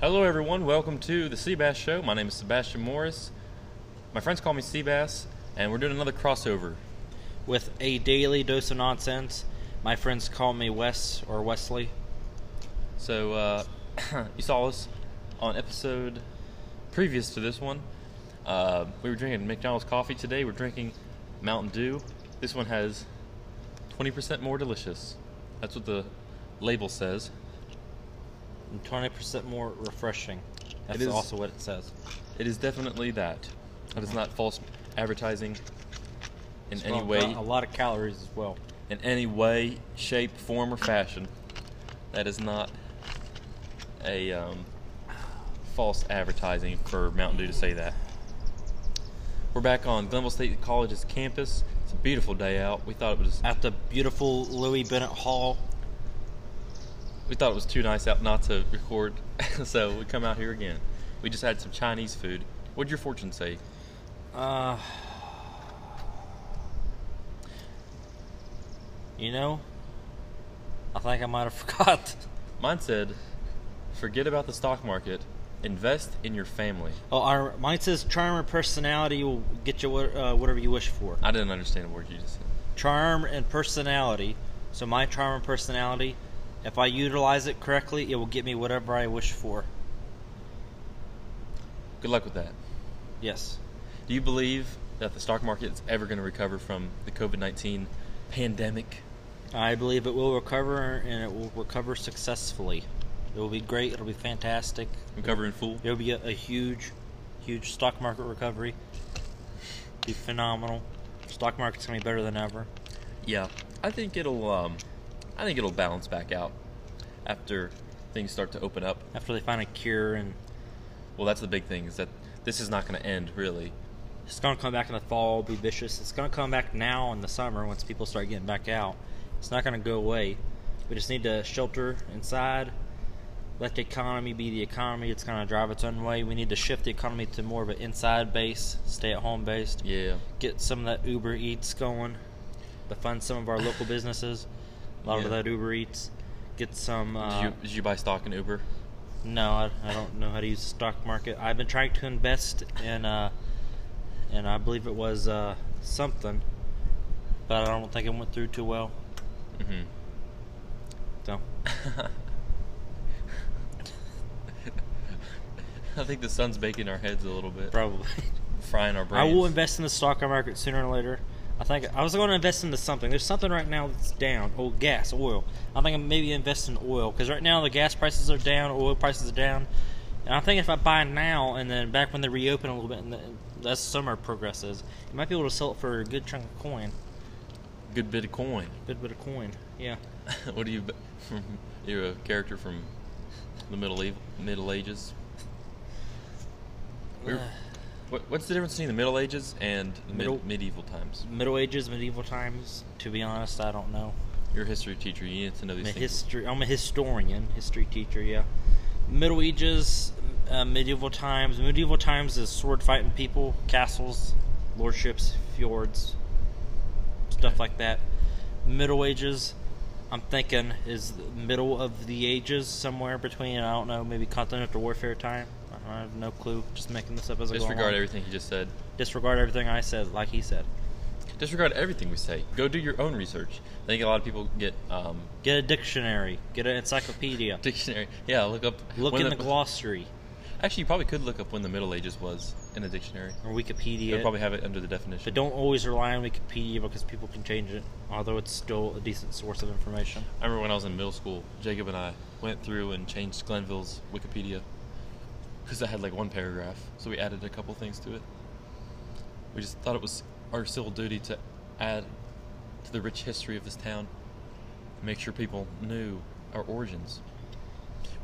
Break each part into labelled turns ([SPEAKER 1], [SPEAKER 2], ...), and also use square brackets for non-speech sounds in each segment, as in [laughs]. [SPEAKER 1] Hello, everyone. Welcome to the Seabass Show. My name is Sebastian Morris. My friends call me Seabass, and we're doing another crossover.
[SPEAKER 2] with a daily dose of nonsense. My friends call me Wes or Wesley.
[SPEAKER 1] So, uh, [clears throat] you saw us on episode previous to this one. Uh, we were drinking McDonald's coffee today. We're drinking Mountain Dew. This one has 20% more delicious. That's what the label says.
[SPEAKER 2] And 20% more refreshing. That's
[SPEAKER 1] It is-
[SPEAKER 2] also what it says.
[SPEAKER 1] It is definitely that. That is not false advertising in
[SPEAKER 2] It's
[SPEAKER 1] any
[SPEAKER 2] got
[SPEAKER 1] way.
[SPEAKER 2] A lot of calories as well.
[SPEAKER 1] in any way, shape, form, or fashion. That is not a um, false advertising for Mountain Dew to say that. We're back on Glenville State College's campus. It's a beautiful day out. We thought it was
[SPEAKER 2] At the beautiful Louis Bennett Hall.
[SPEAKER 1] we thought it was too nice out not to record, [laughs] so we come out here again. We just had some Chinese food. What'd your fortune say?
[SPEAKER 2] Uh, you know, I think I might have [laughs] forgot.
[SPEAKER 1] Mine said, "Forget about the stock market. Invest in your family."
[SPEAKER 2] Oh, our, mine says charm and personality will get you what, uh, whatever you wish for.
[SPEAKER 1] I didn't understand a word you just said.
[SPEAKER 2] charm and personality. So my charm and personality, if I utilize it correctly, it will get me whatever I wish for.
[SPEAKER 1] Good luck with that.
[SPEAKER 2] Yes.
[SPEAKER 1] Do you believe that the stock market is ever going to recover from the COVID 19 pandemic?
[SPEAKER 2] I believe it will recover and it will recover successfully. It will be great, it'll be fantastic.
[SPEAKER 1] Recover in full?
[SPEAKER 2] It will be a, a huge, huge stock market recovery. Be phenomenal. Stock market's gonna be better than ever.
[SPEAKER 1] Yeah. I think it'll um, I think it'll balance back out after things start to open up.
[SPEAKER 2] After they find a cure and
[SPEAKER 1] Well, that's the big thing is that this is not going to end really.
[SPEAKER 2] It's gonna come back in the fall, be vicious. It's gonna come back now in the summer once people start getting back out. It's not gonna go away. We just need to shelter inside. Let the economy be the economy. It's gonna drive its own way. We need to shift the economy to more of an inside base, stay at home based.
[SPEAKER 1] Yeah.
[SPEAKER 2] Get some of that Uber Eats going. To fund some of our local businesses. A lot
[SPEAKER 1] Yeah.
[SPEAKER 2] of that Uber Eats. Get some. Uh,
[SPEAKER 1] did, you, did you buy stock in Uber?
[SPEAKER 2] no, I, I don't know how to use the stock market. I've been trying to invest in, uh, and I believe it was uh, something, but I don't think it went through too well. [laughs]
[SPEAKER 1] Mm
[SPEAKER 2] So,
[SPEAKER 1] hmm. [laughs] I think the sun's baking our heads a little bit,
[SPEAKER 2] probably. [laughs]
[SPEAKER 1] frying our
[SPEAKER 2] I
[SPEAKER 1] brains.
[SPEAKER 2] will invest in the stock market sooner or later. I think I was going to invest into something. There's something right now that's down. Oh, gas, oil. I think I'm maybe invest in oil because right now the gas prices are down, oil prices are down, and I think if I buy now and then back when they reopen a little bit and the, as summer progresses, you might be able to sell it for a good chunk of coin.
[SPEAKER 1] Good bit of coin.
[SPEAKER 2] Good bit of coin. Yeah.
[SPEAKER 1] [laughs] what are you? From, you're a character from the Middle Eve, Middle Ages. We were- What, what's the difference between the Middle Ages and the
[SPEAKER 2] Uh. Middle-
[SPEAKER 1] mid, medieval times?
[SPEAKER 2] Middle Ages, medieval times. To be honest, I don't know.
[SPEAKER 1] You're a history teacher. You need to know
[SPEAKER 2] I'm
[SPEAKER 1] these
[SPEAKER 2] a
[SPEAKER 1] things.
[SPEAKER 2] history. I'm a historian, history teacher. Yeah. Middle Ages, uh, medieval times. Medieval times is sword fighting people, castles, lordships, fjords, stuff like that. Middle Ages, I'm thinking is the middle of the ages, somewhere between I don't know, maybe continental warfare time. I have no clue. Just making this up as I go
[SPEAKER 1] Disregard
[SPEAKER 2] along.
[SPEAKER 1] everything he just said.
[SPEAKER 2] Disregard everything I said, like he said.
[SPEAKER 1] Disregard everything we say. Go do your own research. I think a lot of people get um, [laughs]
[SPEAKER 2] Get a dictionary. Get an encyclopedia.
[SPEAKER 1] dictionary. Yeah, look up.
[SPEAKER 2] Look
[SPEAKER 1] when
[SPEAKER 2] in the glossary
[SPEAKER 1] Actually, you probably could look up when the Middle Ages was in a dictionary.
[SPEAKER 2] or
[SPEAKER 1] They'll
[SPEAKER 2] Wikipedia.
[SPEAKER 1] probably have it under the definition.
[SPEAKER 2] but don't always rely on Wikipedia because people can change it, although it's still a decent source of information.
[SPEAKER 1] I remember when I was in middle school, Jacob and I went through and changed Glenville's Wikipedia because I had like one paragraph, so we added a couple things to it. We just thought it was our civil duty to add to the rich history of this town, make sure people knew our origins.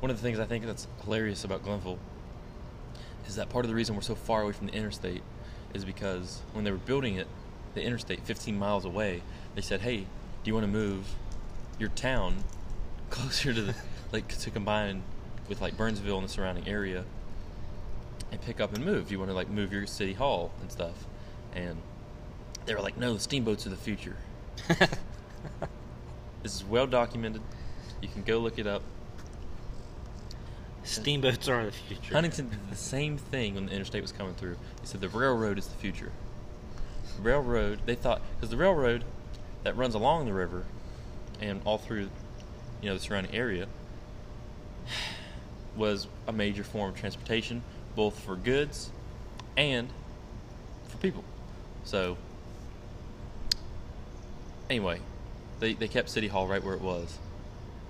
[SPEAKER 1] One of the things I think that's hilarious about Glenville is that part of the reason we're so far away from the interstate is because when they were building it, the interstate 15 miles away, they said, "Hey, do you want to move your town [laughs] closer to the like to combine with like Burnsville and the surrounding area and pick up and move? Do you want to like move your city hall and stuff?" And they were like, "No, steamboats are the future." this is well documented. You can go look it up.
[SPEAKER 2] Steamboats are the future.
[SPEAKER 1] Huntington did the same thing when the interstate was coming through. They said the railroad is the future. Railroad, they thought, because the railroad that runs along the river and all through, you know, the surrounding area [sighs] was a major form of transportation, both for goods and for people. So, anyway, they, they kept City Hall right where it was,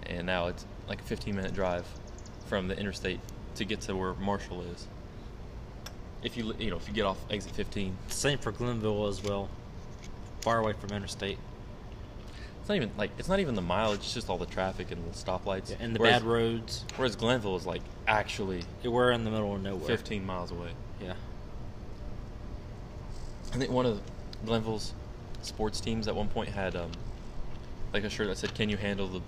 [SPEAKER 1] and now it's like a 15 minute drive from the interstate to get to where Marshall is. If you li- you know if you get off exit 15,
[SPEAKER 2] Same for Glenville as well. Far away from interstate.
[SPEAKER 1] it's not even like it's not even the mileage; it's just all the traffic and the stoplights
[SPEAKER 2] and the
[SPEAKER 1] whereas,
[SPEAKER 2] bad roads.
[SPEAKER 1] Whereas Glenville is like actually
[SPEAKER 2] We're in the middle of nowhere.
[SPEAKER 1] 15 miles away.
[SPEAKER 2] Yeah.
[SPEAKER 1] [laughs] I think one of Glenville's sports teams at one point had um, like a shirt that said "Can you handle the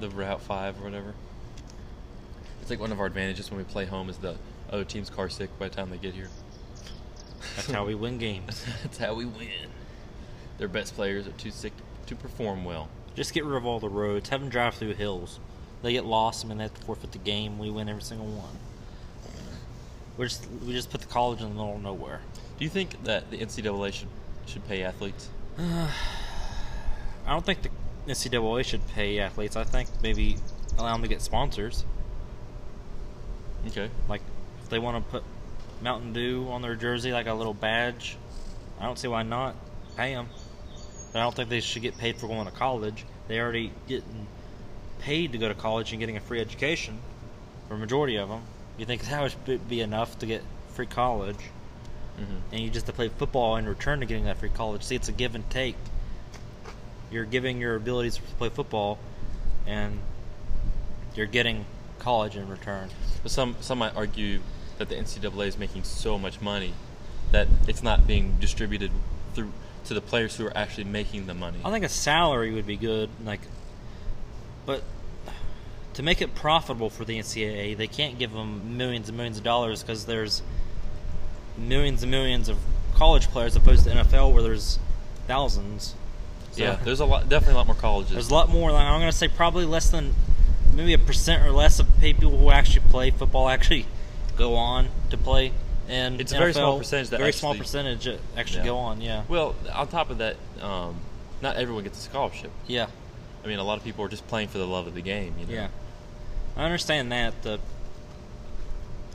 [SPEAKER 1] the Route 5 or whatever?" It's like one of our advantages when we play home is the other team's car sick by the time they get here.
[SPEAKER 2] That's how we win games.
[SPEAKER 1] [laughs] That's how we win. Their best players are too sick to perform well.
[SPEAKER 2] Just get rid of all the roads. Have them drive through hills. They get lost. I mean, they have to forfeit the game. We win every single one. We just we just put the college in the middle of nowhere.
[SPEAKER 1] Do you think that the NCAA should should pay athletes?
[SPEAKER 2] I don't think the NCAA should pay athletes. I think maybe allow them to get sponsors.
[SPEAKER 1] Okay.
[SPEAKER 2] Like if they want to put Mountain Dew on their jersey, like a little badge. I don't see why not pay them. But I don't think they should get paid for going to college. They already getting paid to go to college and getting a free education for a majority of them. You think that would be enough to get free college?
[SPEAKER 1] Mm-hmm.
[SPEAKER 2] and you just have to play football in return to getting that free college. See, it's a give and take. You're giving your abilities to play football, and you're getting college in return.
[SPEAKER 1] But some some might argue that the NCAA is making so much money that it's not being distributed through to the players who are actually making the money.
[SPEAKER 2] I think a salary would be good, like, but to make it profitable for the NCAA, they can't give them millions and millions of dollars because there's millions and millions of college players opposed to NFL where there's thousands. So-
[SPEAKER 1] yeah, there's a lot, definitely a lot more colleges.
[SPEAKER 2] There's a lot more. Like, I'm going to say probably less than maybe a percent or less of people who actually play football actually go on to play. And
[SPEAKER 1] It's a very small
[SPEAKER 2] NFL,
[SPEAKER 1] percentage that
[SPEAKER 2] very
[SPEAKER 1] actually-
[SPEAKER 2] small percentage that actually
[SPEAKER 1] Yeah.
[SPEAKER 2] go on. Yeah.
[SPEAKER 1] Well, on top of that, um, not everyone gets a scholarship.
[SPEAKER 2] yeah.
[SPEAKER 1] I mean, a lot of people are just playing for the love of the game. You know?
[SPEAKER 2] Yeah. I understand that. The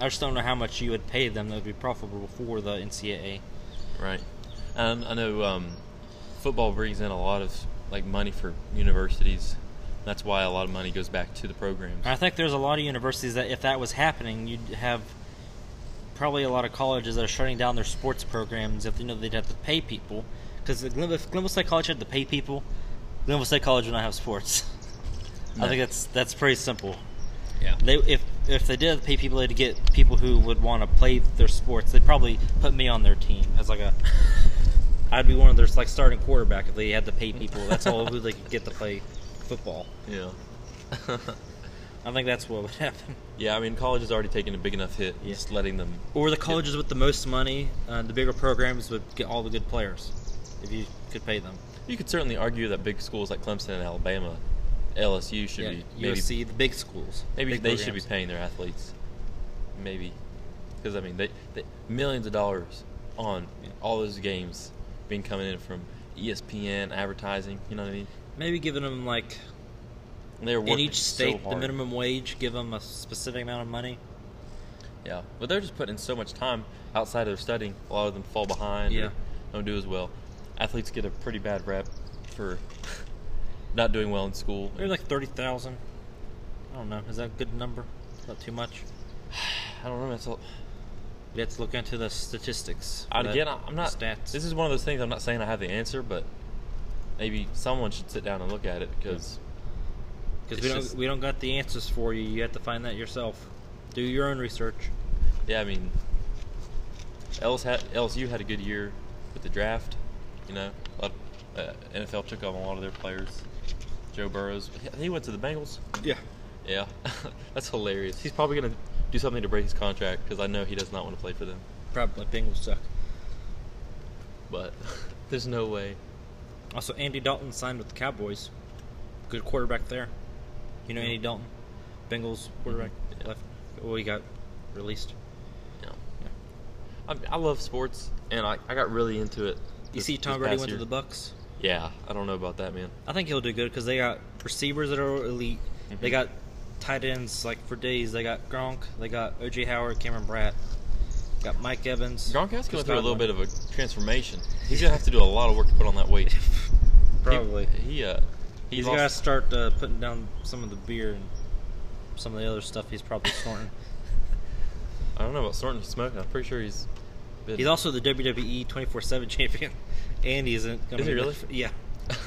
[SPEAKER 2] I just don't know how much you would pay them that would be profitable for the NCAA.
[SPEAKER 1] Right. Um, I know um, football brings in a lot of like money for universities. That's why a lot of money goes back to the programs.
[SPEAKER 2] And I think there's a lot of universities that if that was happening, you'd have probably a lot of colleges that are shutting down their sports programs if you know they'd have to pay people. Because if Glenville State College had to pay people, Glenville State College would not have sports. [laughs]
[SPEAKER 1] No.
[SPEAKER 2] I think that's that's pretty simple.
[SPEAKER 1] Yeah.
[SPEAKER 2] They if if they did pay people to get people who would want to play their sports, they'd probably put me on their team as [laughs] like a. I'd be one of their like starting quarterback if they had to pay people. That's all who they could get to play football.
[SPEAKER 1] Yeah.
[SPEAKER 2] I think that's what would happen.
[SPEAKER 1] yeah. I mean, college has already taken a big enough hit.
[SPEAKER 2] Yeah.
[SPEAKER 1] Just letting them.
[SPEAKER 2] Or the colleges with the most money, uh, the bigger programs would get all the good players if you could pay them.
[SPEAKER 1] You could certainly argue that big schools like Clemson and Alabama, LSU should be
[SPEAKER 2] yeah,
[SPEAKER 1] maybe
[SPEAKER 2] USC, the big schools.
[SPEAKER 1] maybe
[SPEAKER 2] big
[SPEAKER 1] they should be
[SPEAKER 2] programs.
[SPEAKER 1] paying their athletes. Maybe because I mean they, they millions of dollars on
[SPEAKER 2] Yeah.
[SPEAKER 1] all those games being coming in from E ESPN advertising. You know what I mean?
[SPEAKER 2] Maybe giving them like
[SPEAKER 1] And They're
[SPEAKER 2] in
[SPEAKER 1] working
[SPEAKER 2] each
[SPEAKER 1] so
[SPEAKER 2] state the
[SPEAKER 1] hard.
[SPEAKER 2] minimum wage, give them a specific amount of money.
[SPEAKER 1] Yeah, but they're just putting in so much time outside of their studying. A lot of them fall behind.
[SPEAKER 2] Yeah.
[SPEAKER 1] or don't do as well. Athletes get a pretty bad rep for [laughs] not doing well in school.
[SPEAKER 2] Maybe like thirty thousand. I don't know. Is that a good number? Not too much.
[SPEAKER 1] I don't know. That's all,
[SPEAKER 2] We have to look into the statistics.
[SPEAKER 1] and
[SPEAKER 2] the
[SPEAKER 1] again, I- I'm not.
[SPEAKER 2] stats.
[SPEAKER 1] This is one of those things. I'm not saying I have the answer, but maybe someone should sit down and look at it because
[SPEAKER 2] because
[SPEAKER 1] it's
[SPEAKER 2] we don't
[SPEAKER 1] just-
[SPEAKER 2] we don't got the answers for you. You have to find that yourself. Do your own research.
[SPEAKER 1] yeah, I mean, LS had, LSU had a good year with the draft. You know, a lot of, uh, NFL took on a lot of their players. Joe Burrows, he went to the Bengals.
[SPEAKER 2] Yeah.
[SPEAKER 1] Yeah, [laughs] that's hilarious. He's probably gonna do something to break his contract because I know he does not want to play for them.
[SPEAKER 2] Probably Bengals suck.
[SPEAKER 1] But [laughs] there's no way.
[SPEAKER 2] Also, Andy Dalton signed with the Cowboys. Good quarterback there. You know Andy Dalton? Bengals
[SPEAKER 1] Mm-hmm.
[SPEAKER 2] quarterback
[SPEAKER 1] Yeah.
[SPEAKER 2] left. Well, he got released.
[SPEAKER 1] Yeah.
[SPEAKER 2] Yeah.
[SPEAKER 1] I, I love sports, and I, I got really into it.
[SPEAKER 2] You see, Tom Brady
[SPEAKER 1] Brady
[SPEAKER 2] went to the Bucks.
[SPEAKER 1] Yeah, I don't know about that, man.
[SPEAKER 2] I think he'll do good because they got receivers that are elite. They
[SPEAKER 1] Mhm.
[SPEAKER 2] got tight ends like for days. They got Gronk. They got OJ Howard, Cameron Bratt. Got Mike Evans.
[SPEAKER 1] Gronk has
[SPEAKER 2] Chris
[SPEAKER 1] gone through a little
[SPEAKER 2] Godwin.
[SPEAKER 1] bit of a transformation. He's gonna have to do a lot of work to put on that weight. [laughs] He-
[SPEAKER 2] Probably.
[SPEAKER 1] He, uh, he
[SPEAKER 2] he's
[SPEAKER 1] lost-
[SPEAKER 2] got to start uh, putting down some of the beer and some of the other stuff he's probably snorting.
[SPEAKER 1] I don't know about snorting and smoking. I'm pretty sure he's. Been,
[SPEAKER 2] He's also the WWE 24 7 champion. [laughs] And he isn't going
[SPEAKER 1] Is he really?
[SPEAKER 2] [laughs]
[SPEAKER 1] [laughs]
[SPEAKER 2] Yeah.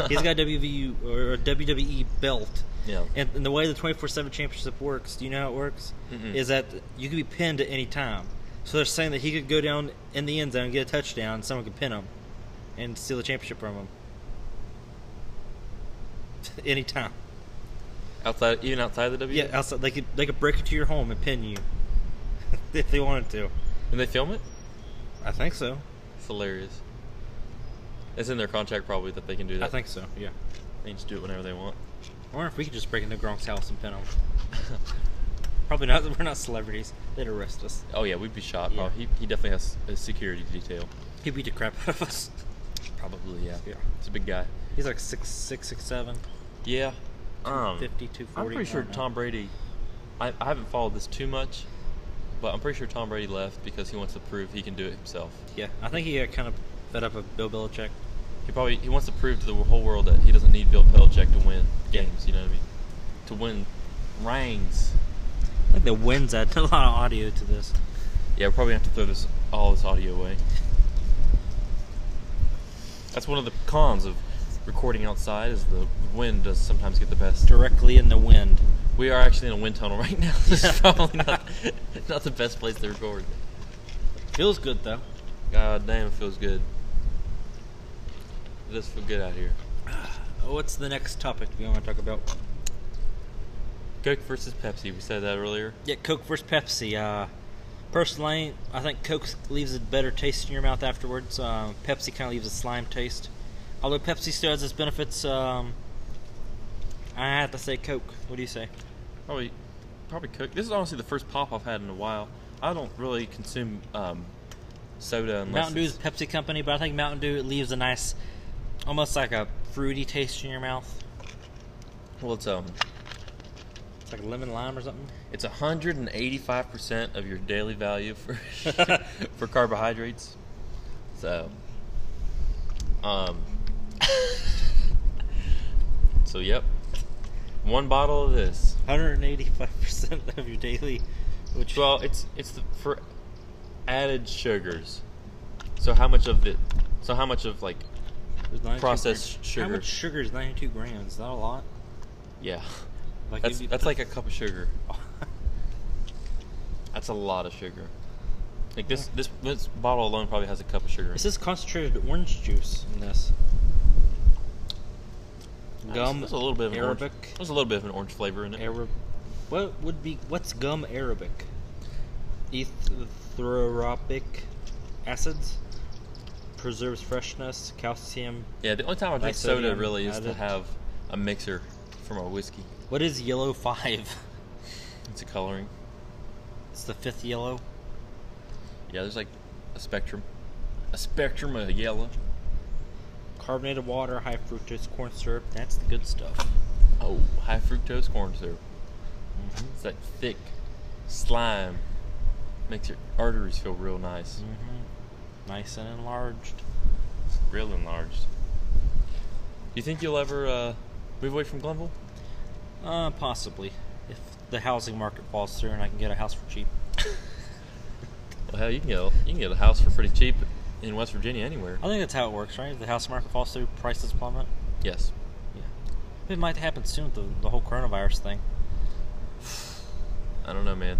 [SPEAKER 2] He's got a WVU or a WWE belt.
[SPEAKER 1] Yeah.
[SPEAKER 2] And, and the way the 24 7 championship works, do you know how it works?
[SPEAKER 1] Mm-mm.
[SPEAKER 2] Is that you can be pinned at any time. So they're saying that he could go down in the end zone and get a touchdown, and someone could pin him and steal the championship from him. [laughs] any time.
[SPEAKER 1] outside, even outside the WWE.
[SPEAKER 2] Yeah, outside, they could, they could break into your home and pin you [laughs] if they wanted to.
[SPEAKER 1] And they film it.
[SPEAKER 2] I think so.
[SPEAKER 1] It's hilarious. It's in their contract probably that they can do that.
[SPEAKER 2] I think so, yeah.
[SPEAKER 1] they can just do it whenever they want. [laughs]
[SPEAKER 2] Or if we could just break into Gronk's house and pin him. Probably not. [laughs] We're not celebrities. They'd arrest us.
[SPEAKER 1] oh yeah, we'd be shot.
[SPEAKER 2] Yeah.
[SPEAKER 1] Oh, he, he definitely has a security detail.
[SPEAKER 2] He'd beat the crap out of us. [laughs]
[SPEAKER 1] Probably yeah.
[SPEAKER 2] Yeah.
[SPEAKER 1] It's a big guy.
[SPEAKER 2] He's like six, six, six, seven.
[SPEAKER 1] Yeah. Um,
[SPEAKER 2] 50, 240,
[SPEAKER 1] I'm pretty
[SPEAKER 2] I
[SPEAKER 1] sure
[SPEAKER 2] don't know.
[SPEAKER 1] Tom Brady. I, I haven't followed this too much, but I'm pretty sure Tom Brady left because he wants to prove he can do it himself.
[SPEAKER 2] Yeah, I think he got kind of fed up with Bill Belichick.
[SPEAKER 1] He probably he wants to prove to the whole world that he doesn't need Bill Belichick to win games. You know what I mean? To win rings.
[SPEAKER 2] I think the winds add [laughs] a lot of audio to this.
[SPEAKER 1] Yeah, we're probably gonna have to throw this all this audio away. That's one of the cons of recording outside is the wind does sometimes get the best.
[SPEAKER 2] Directly in the wind.
[SPEAKER 1] We are actually in a wind tunnel [laughs] right now. This is
[SPEAKER 2] Yeah.
[SPEAKER 1] probably not not the best place to record.
[SPEAKER 2] Feels good though.
[SPEAKER 1] God damn, it feels good. It does feel good out here.
[SPEAKER 2] Oh, What's the next topic we want to talk about?
[SPEAKER 1] Coke versus Pepsi. We said that earlier.
[SPEAKER 2] Yeah, Coke versus Pepsi. Uh, personally, I think Coke leaves a better taste in your mouth afterwards. Um, Pepsi kind of leaves a slime taste. Although Pepsi still has its benefits, um, I have to say Coke. What do you say?
[SPEAKER 1] Probably, probably Coke. This is honestly the first pop I've had in a while. I don't really consume um, soda unless
[SPEAKER 2] Mountain Dew
[SPEAKER 1] it's-
[SPEAKER 2] is Pepsi company, but I think Mountain Dew leaves a nice, almost like a fruity taste in your mouth.
[SPEAKER 1] Well, it's um,
[SPEAKER 2] It's like lemon lime or something.
[SPEAKER 1] It's 185% of your daily value
[SPEAKER 2] [laughs]
[SPEAKER 1] for for carbohydrates. So
[SPEAKER 2] [laughs]
[SPEAKER 1] um So yep. One bottle of this.
[SPEAKER 2] 185% [laughs] of your daily, which
[SPEAKER 1] Well, it's it's the, for added sugars. So how much of the so how much of like
[SPEAKER 2] is 92
[SPEAKER 1] processed
[SPEAKER 2] grams.
[SPEAKER 1] sugar.
[SPEAKER 2] How much sugar is 92 grams? Is that a lot?
[SPEAKER 1] yeah.
[SPEAKER 2] Like
[SPEAKER 1] That's
[SPEAKER 2] if you
[SPEAKER 1] that's
[SPEAKER 2] put-
[SPEAKER 1] like a cup of sugar. [laughs] That's a lot of sugar. Like this this this bottle alone probably has a cup of sugar. in it.
[SPEAKER 2] This is concentrated orange juice in this. Gum
[SPEAKER 1] There's a little bit of an
[SPEAKER 2] Arabic.
[SPEAKER 1] Orange, there's a little bit of an orange flavor in it.
[SPEAKER 2] Arab. What would be what's gum Arabic? Ethropic acids preserves freshness, calcium.
[SPEAKER 1] yeah, the only time I drink soda
[SPEAKER 2] Sodium
[SPEAKER 1] really is to
[SPEAKER 2] added.
[SPEAKER 1] have a mixer for my whiskey.
[SPEAKER 2] What is yellow [laughs] five?
[SPEAKER 1] It's a coloring.
[SPEAKER 2] It's the fifth yellow.
[SPEAKER 1] Yeah, there's like a spectrum, a spectrum of yellow.
[SPEAKER 2] Carbonated water, high fructose corn syrup. That's the good stuff.
[SPEAKER 1] Oh, high fructose corn syrup.
[SPEAKER 2] Mm-hmm.
[SPEAKER 1] It's that thick slime. Makes your arteries feel real nice,
[SPEAKER 2] Mm-hmm. Nice and enlarged.
[SPEAKER 1] Mm-hmm. real enlarged. You think you'll ever uh, move away from Glenville?
[SPEAKER 2] Uh, possibly. If the housing market falls through and I can get a house for cheap.
[SPEAKER 1] Well, hell, you can get a, you can get a house for pretty cheap in West Virginia anywhere.
[SPEAKER 2] I think that's how it works, right? If the housing market falls through, prices plummet.
[SPEAKER 1] Yes,
[SPEAKER 2] Yeah. It might happen soon with the, the whole coronavirus thing.
[SPEAKER 1] I don't know, man.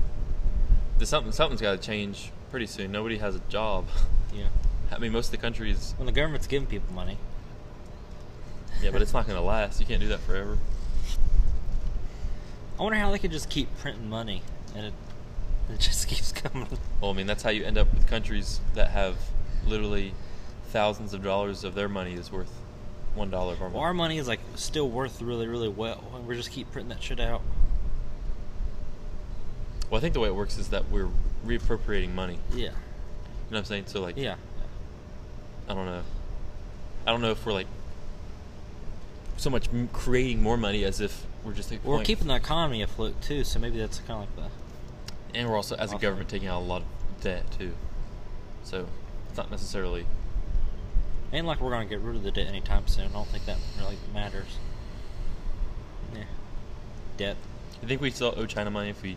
[SPEAKER 1] There's something something's got to change pretty soon. Nobody has a job. [laughs]
[SPEAKER 2] Yeah.
[SPEAKER 1] I mean, most of the country is
[SPEAKER 2] When the government's giving people money.
[SPEAKER 1] yeah, but it's not going to last. You can't do that forever.
[SPEAKER 2] I wonder how they could just keep printing money and it [laughs] it just keeps coming.
[SPEAKER 1] Well, I mean, that's how you end up with countries that have literally thousands of dollars of their money is worth one dollar or
[SPEAKER 2] Well,
[SPEAKER 1] more.
[SPEAKER 2] our money is like still worth really, really well, and we just keep printing that shit out.
[SPEAKER 1] Well, I think the way it works is that we're reappropriating money. You
[SPEAKER 2] Yeah.
[SPEAKER 1] know what I'm saying? So like,
[SPEAKER 2] Yeah.
[SPEAKER 1] I don't know. I don't know if we're like so much m- creating more money as if we're just like,
[SPEAKER 2] We're
[SPEAKER 1] like-
[SPEAKER 2] keeping the economy afloat too, so maybe that's kind of like the
[SPEAKER 1] and we're also as a
[SPEAKER 2] Awesome.
[SPEAKER 1] government taking out a lot of debt too. So it's not necessarily
[SPEAKER 2] ain't like we're gonna get rid of the debt anytime soon. I don't think that really matters. Yeah. Debt.
[SPEAKER 1] You think we still owe China money if we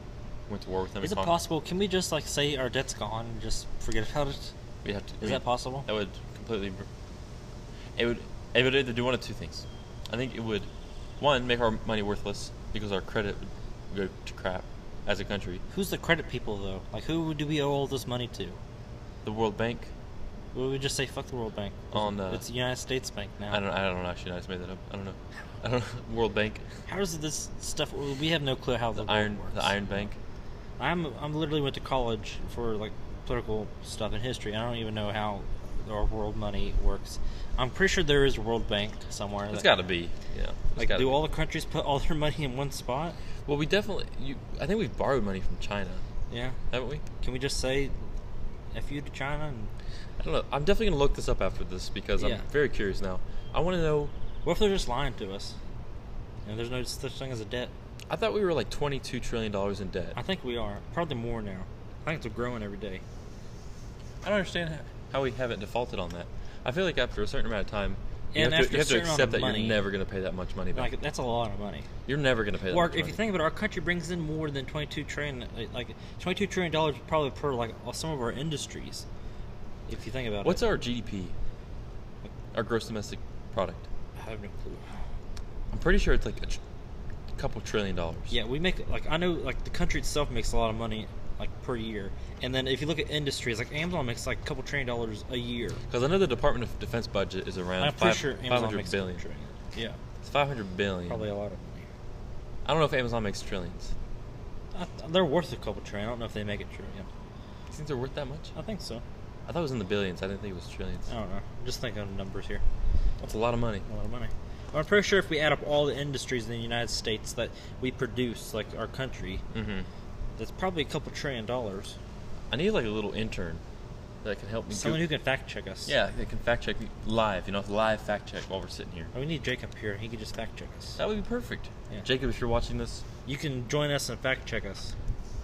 [SPEAKER 1] went to war with them?
[SPEAKER 2] Is
[SPEAKER 1] and
[SPEAKER 2] it
[SPEAKER 1] con-
[SPEAKER 2] possible? Can we just like say our debt's gone and just forget about it?
[SPEAKER 1] We have to.
[SPEAKER 2] Is that possible?
[SPEAKER 1] That would completely. br- It would. It would either do one of two things. I think it would, one, make our money worthless because our credit would go to crap as a country.
[SPEAKER 2] Who's the credit people though? Like who do we owe all this money to?
[SPEAKER 1] The World Bank.
[SPEAKER 2] Would we just say fuck the World Bank?
[SPEAKER 1] On, uh,
[SPEAKER 2] it's the United States Bank now.
[SPEAKER 1] I don't. I don't know. Actually, I just made that up. I don't know. [laughs] I don't know. [laughs] World Bank.
[SPEAKER 2] How does this stuff? We have no clue how
[SPEAKER 1] The
[SPEAKER 2] the, world
[SPEAKER 1] Iron.
[SPEAKER 2] works.
[SPEAKER 1] The Iron Bank.
[SPEAKER 2] I'm I'm literally went to college for like political stuff and history. I don't even know how our world money works. I'm pretty sure there is a World Bank somewhere.
[SPEAKER 1] It's
[SPEAKER 2] that-
[SPEAKER 1] got to be. Yeah. it's
[SPEAKER 2] Like, do
[SPEAKER 1] gotta be.
[SPEAKER 2] all the countries put all their [laughs] money in one spot?
[SPEAKER 1] Well, we definitely. You. I think we've borrowed money from China,
[SPEAKER 2] Yeah.
[SPEAKER 1] haven't we?
[SPEAKER 2] Can we just say "f you" to China? And
[SPEAKER 1] I don't know. I'm definitely gonna look this up after this because
[SPEAKER 2] Yeah.
[SPEAKER 1] I'm very curious now. I want to know.
[SPEAKER 2] what if they're just lying to us? And there's no such thing as a debt.
[SPEAKER 1] I thought we were like 22 trillion dollars in debt.
[SPEAKER 2] I think we are probably more now. I think they're growing every day.
[SPEAKER 1] I don't understand how, how we haven't defaulted on that. I feel like after a certain amount of time, you
[SPEAKER 2] And
[SPEAKER 1] have to, you
[SPEAKER 2] after a
[SPEAKER 1] have to
[SPEAKER 2] certain amount
[SPEAKER 1] accept
[SPEAKER 2] of
[SPEAKER 1] that
[SPEAKER 2] money-
[SPEAKER 1] you're never going to pay that much money back.
[SPEAKER 2] Like that's a lot of money.
[SPEAKER 1] you're never going to pay that
[SPEAKER 2] Or
[SPEAKER 1] much
[SPEAKER 2] if
[SPEAKER 1] money.
[SPEAKER 2] you think about it, our country brings in more than twenty-two trillion, like twenty-two trillion dollars probably per like all- some of our industries. If you think about
[SPEAKER 1] What's
[SPEAKER 2] it,
[SPEAKER 1] our GDP? Our gross domestic product.
[SPEAKER 2] I have no clue.
[SPEAKER 1] I'm pretty sure it's like a tr- couple trillion dollars.
[SPEAKER 2] Yeah, we make like I know like the country itself makes a lot of money like per year, and then if you look at industries, like Amazon makes like a couple trillion dollars a year.
[SPEAKER 1] Because I know the Department of Defense budget is around
[SPEAKER 2] I'm
[SPEAKER 1] five-
[SPEAKER 2] pretty sure
[SPEAKER 1] 500
[SPEAKER 2] Amazon makes a
[SPEAKER 1] billion.
[SPEAKER 2] trillion. Yeah,
[SPEAKER 1] It's 500 billion.
[SPEAKER 2] probably a lot of money.
[SPEAKER 1] I don't know if Amazon makes trillions.
[SPEAKER 2] I, they're worth a couple trillion. I don't know if they make it trillion.
[SPEAKER 1] You think they're worth that much?
[SPEAKER 2] I think so.
[SPEAKER 1] I thought it was in the billions. I didn't think it was trillions.
[SPEAKER 2] I don't know. I'm just thinking of numbers here.
[SPEAKER 1] That's a lot of money.
[SPEAKER 2] a lot of money. Well, I'm pretty sure if we add up all the industries in the United States that we produce, like our country,
[SPEAKER 1] hmm
[SPEAKER 2] that's probably a couple trillion dollars.
[SPEAKER 1] I need like a little intern that can help me.
[SPEAKER 2] Someone
[SPEAKER 1] Google-
[SPEAKER 2] who can fact check us.
[SPEAKER 1] Yeah, they can fact check me live. You know, live fact check while we're sitting here.
[SPEAKER 2] Oh, we need Jacob here. He can just fact check us.
[SPEAKER 1] That would be perfect.
[SPEAKER 2] Yeah.
[SPEAKER 1] Jacob, if you're watching this,
[SPEAKER 2] You can join us and fact check us.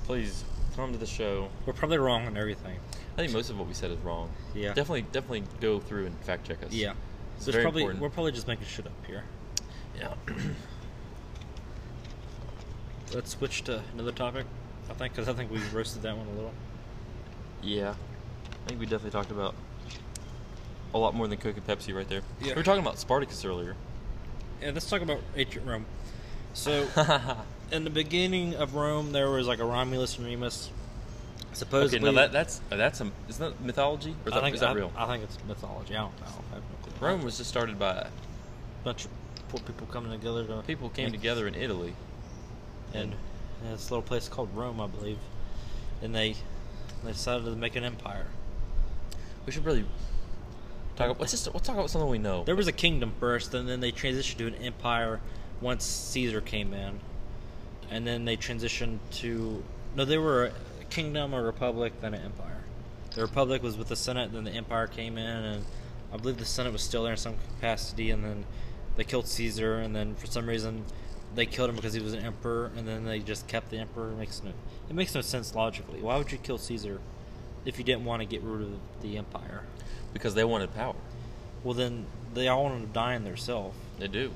[SPEAKER 1] please come to the show.
[SPEAKER 2] We're probably wrong on everything.
[SPEAKER 1] I think most of what we said is wrong.
[SPEAKER 2] Yeah.
[SPEAKER 1] Definitely, definitely go through and fact check us.
[SPEAKER 2] Yeah.
[SPEAKER 1] It's
[SPEAKER 2] There's
[SPEAKER 1] very
[SPEAKER 2] probably
[SPEAKER 1] important.
[SPEAKER 2] we're probably just making shit up here.
[SPEAKER 1] Yeah. [clears throat]
[SPEAKER 2] Let's switch to another topic. I think because I think we roasted that one a little.
[SPEAKER 1] yeah. I think we definitely talked about a lot more than Coke and Pepsi right there.
[SPEAKER 2] Yeah.
[SPEAKER 1] We were talking about Spartacus earlier.
[SPEAKER 2] [laughs] Yeah, let's talk about ancient Rome. [laughs] So, in the beginning of Rome, there was like a Romulus and Remus. Supposedly,
[SPEAKER 1] okay, now that that's uh, that's a isn't that mythology or is that, is that real?
[SPEAKER 2] I think it's mythology. I don't know. I have no clue.
[SPEAKER 1] Rome was just started by
[SPEAKER 2] a bunch of poor people coming together. To
[SPEAKER 1] people came together in Italy.
[SPEAKER 2] and and this little place called Rome, I believe, and they they decided to make an empire.
[SPEAKER 1] We should really talk. About, let's just let's talk about something we know.
[SPEAKER 2] There was a kingdom first, and then they transitioned to an empire once Caesar came in, and then they transitioned to no, they were a kingdom, a republic, then an empire. The republic was with the Senate, then the empire came in, and I believe the Senate was still there in some capacity, and then they killed Caesar, and then for some reason they killed him because he was an emperor, and then they just kept the emperor. It makes no, it makes no sense logically. Why would you kill Caesar if you didn't want to get rid of the empire?
[SPEAKER 1] because they wanted power.
[SPEAKER 2] Well, then they all wanted to die in themselves.
[SPEAKER 1] They
[SPEAKER 2] [laughs]
[SPEAKER 1] do.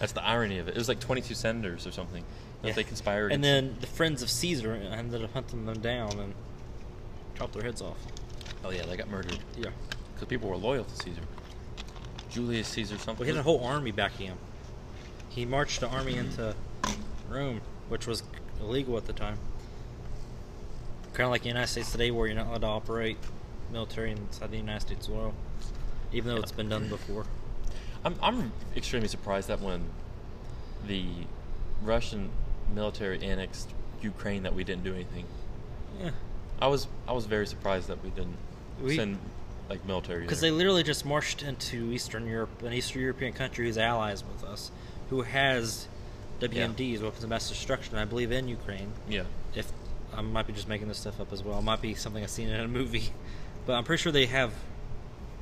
[SPEAKER 1] That's the irony of it. It was like 22 senators or something that they conspired.
[SPEAKER 2] And
[SPEAKER 1] against.
[SPEAKER 2] then the friends of Caesar ended up hunting them down and chopped their heads off.
[SPEAKER 1] oh yeah, they got murdered
[SPEAKER 2] Yeah.
[SPEAKER 1] because people were loyal to Caesar. Julius Caesar something.
[SPEAKER 2] Well, he had a whole army backing him. He marched the army into Rome, which was illegal at the time. Kind of like the United States today, where you're not allowed to operate military inside the United States soil, even though it's been done before.
[SPEAKER 1] I'm I'm extremely surprised that when the Russian military annexed Ukraine that we didn't do anything.
[SPEAKER 2] Yeah.
[SPEAKER 1] I was I was very surprised that we didn't
[SPEAKER 2] We-
[SPEAKER 1] send like military.
[SPEAKER 2] Because they
[SPEAKER 1] there.
[SPEAKER 2] literally just marched into Eastern Europe, an Eastern European country who's allies with us, who has WMDs, weapons of mass destruction, I believe, in Ukraine.
[SPEAKER 1] yeah.
[SPEAKER 2] If I I might be just making this stuff up as well. It might be something I've seen in a movie, [laughs] but I'm pretty sure they have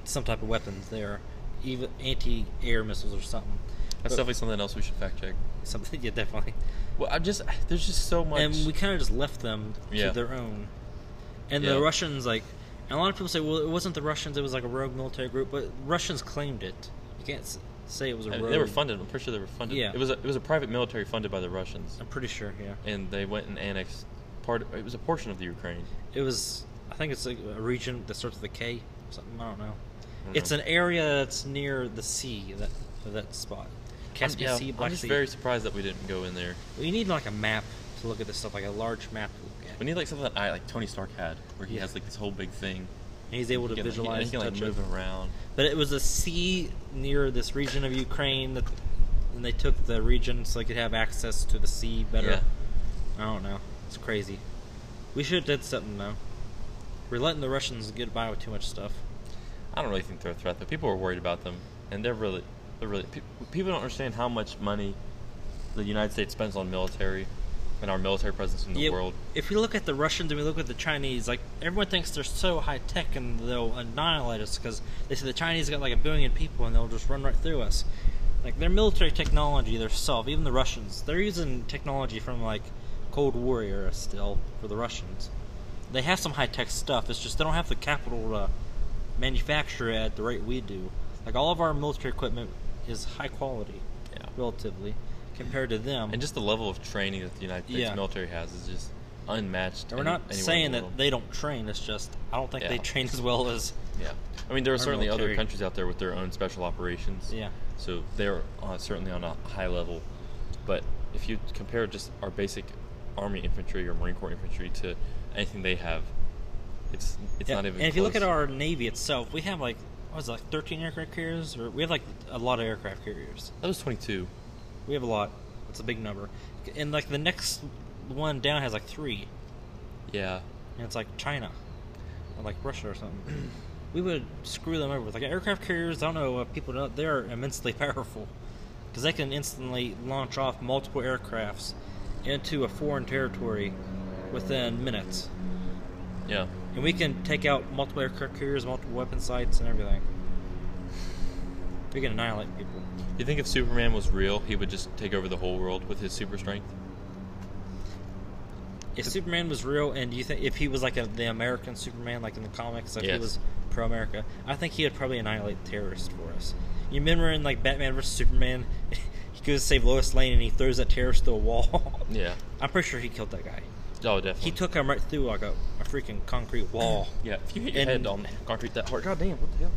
[SPEAKER 2] some type of weapons there, even anti-air missiles or something.
[SPEAKER 1] That's
[SPEAKER 2] But-
[SPEAKER 1] definitely something else we should fact check.
[SPEAKER 2] something. [laughs] Yeah, definitely.
[SPEAKER 1] Well, I just there's just so much.
[SPEAKER 2] And we kind of just left them
[SPEAKER 1] Yeah.
[SPEAKER 2] to their own. And
[SPEAKER 1] Yeah.
[SPEAKER 2] the Russians, like, and a lot of people say, well, it wasn't the Russians; it was like a rogue military group. But Russians claimed it. You can't s- say it was a
[SPEAKER 1] Uh,
[SPEAKER 2] rogue.
[SPEAKER 1] they were funded. I'm pretty sure they were funded.
[SPEAKER 2] Yeah.
[SPEAKER 1] It was a, it was a private military funded by the Russians,
[SPEAKER 2] I'm pretty sure. Yeah,
[SPEAKER 1] and they went and annexed part. It was a portion of the Ukraine.
[SPEAKER 2] it was. I think it's like a region that starts with a K. Or something I don't know.
[SPEAKER 1] don't
[SPEAKER 2] It's
[SPEAKER 1] know.
[SPEAKER 2] an area that's near the sea. That of that spot.
[SPEAKER 1] I'm-
[SPEAKER 2] Caspian
[SPEAKER 1] yeah,
[SPEAKER 2] Sea, Black
[SPEAKER 1] I'm just
[SPEAKER 2] Sea.
[SPEAKER 1] very surprised that we didn't go in there.
[SPEAKER 2] Well, you need like a map to look at this stuff, like a large map. To look at.
[SPEAKER 1] We need like something that I like Tony Stark had, where he
[SPEAKER 2] Yeah.
[SPEAKER 1] has like this whole big thing.
[SPEAKER 2] and he's able to
[SPEAKER 1] He can, like, he-
[SPEAKER 2] visualize.
[SPEAKER 1] He, can
[SPEAKER 2] and
[SPEAKER 1] like
[SPEAKER 2] touch
[SPEAKER 1] move
[SPEAKER 2] it.
[SPEAKER 1] it around.
[SPEAKER 2] But it was a sea near this region of Ukraine that, and they took the region so they could have access to the sea better.
[SPEAKER 1] Yeah.
[SPEAKER 2] I don't know. It's crazy. We should have did something though. We're letting the Russians get by with too much stuff.
[SPEAKER 1] I don't really think they're a threat. though. people are worried about them, and they're really, they're really. Pe- people don't understand how much money the United States spends on military, and our military presence in the
[SPEAKER 2] Yeah,
[SPEAKER 1] world.
[SPEAKER 2] If we look at the Russians and we look at the Chinese, like everyone thinks they're so high tech and they'll annihilate us because they say the Chinese got like a billion people and they'll just run right through us. Like their military technology, their self, even the Russians, they're using technology from like Cold War era still for the Russians. They have some high tech stuff. It's just they don't have the capital to manufacture it at the rate we do. Like all of our military equipment is high quality,
[SPEAKER 1] Yeah.
[SPEAKER 2] relatively, compared to them.
[SPEAKER 1] And just the level of training that the United States
[SPEAKER 2] Yeah.
[SPEAKER 1] military has is just unmatched.
[SPEAKER 2] And we're
[SPEAKER 1] any-
[SPEAKER 2] not
[SPEAKER 1] anywhere in
[SPEAKER 2] saying
[SPEAKER 1] the
[SPEAKER 2] that
[SPEAKER 1] world.
[SPEAKER 2] they don't train. It's just I don't think they
[SPEAKER 1] Yeah.
[SPEAKER 2] train as well
[SPEAKER 1] [laughs]
[SPEAKER 2] as
[SPEAKER 1] Yeah, I mean there are
[SPEAKER 2] our
[SPEAKER 1] certainly
[SPEAKER 2] military.
[SPEAKER 1] other countries out there with their own special operations.
[SPEAKER 2] yeah.
[SPEAKER 1] So they're uh, certainly on a high level, but if you compare just our basic army infantry or Marine Corps infantry to anything they have, it's it's
[SPEAKER 2] Yeah,
[SPEAKER 1] not even.
[SPEAKER 2] and if you look
[SPEAKER 1] close.
[SPEAKER 2] at our navy itself, we have like what was it, like thirteen aircraft carriers, or we have like a lot of aircraft carriers.
[SPEAKER 1] that was twenty two.
[SPEAKER 2] We have a lot. It's a big number, and like the next one down has like three,
[SPEAKER 1] Yeah,
[SPEAKER 2] and it's like China, or like Russia or something. we would screw them over with like aircraft carriers. I don't know if people know they're immensely [laughs] powerful because they can instantly launch off multiple aircrafts into a foreign territory within minutes.
[SPEAKER 1] yeah.
[SPEAKER 2] And we can take out multiple aircraft carriers, multiple weapon sites, and everything. We can annihilate people.
[SPEAKER 1] You think if Superman was real, he would just take over the whole world with his super strength?
[SPEAKER 2] If Superman was real, and you think if he was like a, the American Superman, like in the comics, like he
[SPEAKER 1] Yes.
[SPEAKER 2] was pro America, I think he would probably annihilate terrorists for us. You remember in like Batman versus Superman, [laughs] he goes to save Lois Lane and he throws that terrorist through a wall.
[SPEAKER 1] Yeah.
[SPEAKER 2] [laughs] I'm pretty sure he killed that guy.
[SPEAKER 1] Oh, definitely.
[SPEAKER 2] He took him right through like a, a freaking concrete wall.
[SPEAKER 1] [clears throat] Yeah, if you hit your
[SPEAKER 2] And-
[SPEAKER 1] head on concrete that hard, goddamn, what the hell?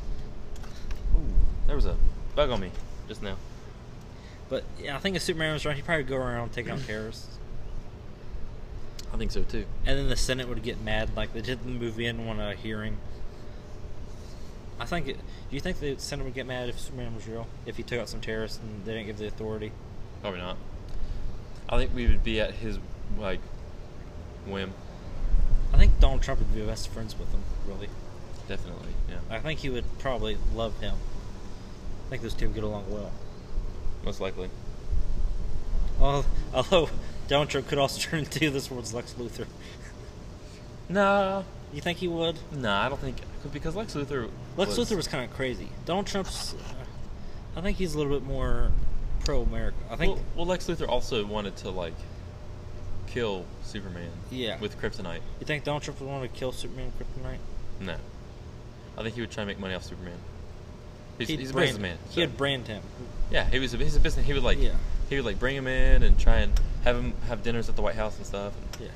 [SPEAKER 1] Ooh, there was a bug on me just now.
[SPEAKER 2] But yeah, I think if Superman was around, he'd probably go around
[SPEAKER 1] [clears throat]
[SPEAKER 2] taking out terrorists.
[SPEAKER 1] I think so too.
[SPEAKER 2] And then the Senate would get mad, like they did in the movie and want a hearing. I think. It, do you think the Senate would get mad if Superman was real? If he took out some terrorists and they didn't give the authority?
[SPEAKER 1] Probably not. I think we would be at his like whim.
[SPEAKER 2] I think Donald Trump would be best friends with him, really.
[SPEAKER 1] Definitely. Yeah.
[SPEAKER 2] I think he would probably love him. I think those two would get along well.
[SPEAKER 1] Most likely.
[SPEAKER 2] Al- Although, Donald Trump could also [laughs] turn into this world's Lex Luthor.
[SPEAKER 1] Nah.
[SPEAKER 2] You think he would?
[SPEAKER 1] Nah, I don't think because Lex Luthor.
[SPEAKER 2] Lex Luthor was kind of crazy. Donald Trump's. Uh, I think he's a little bit more pro America. I think.
[SPEAKER 1] well, well, Lex Luthor also wanted to like kill Superman.
[SPEAKER 2] Yeah.
[SPEAKER 1] With kryptonite.
[SPEAKER 2] you think Donald Trump would want to kill Superman with Kryptonite?
[SPEAKER 1] No. I think he would try to make money off Superman. He's,
[SPEAKER 2] He'd
[SPEAKER 1] he's a
[SPEAKER 2] brand-
[SPEAKER 1] businessman. so-
[SPEAKER 2] He'd brand him.
[SPEAKER 1] Yeah, he was a, he's a business. He would like
[SPEAKER 2] Yeah.
[SPEAKER 1] he would like bring him in and try and have him have dinners at the White House and stuff.
[SPEAKER 2] Yeah.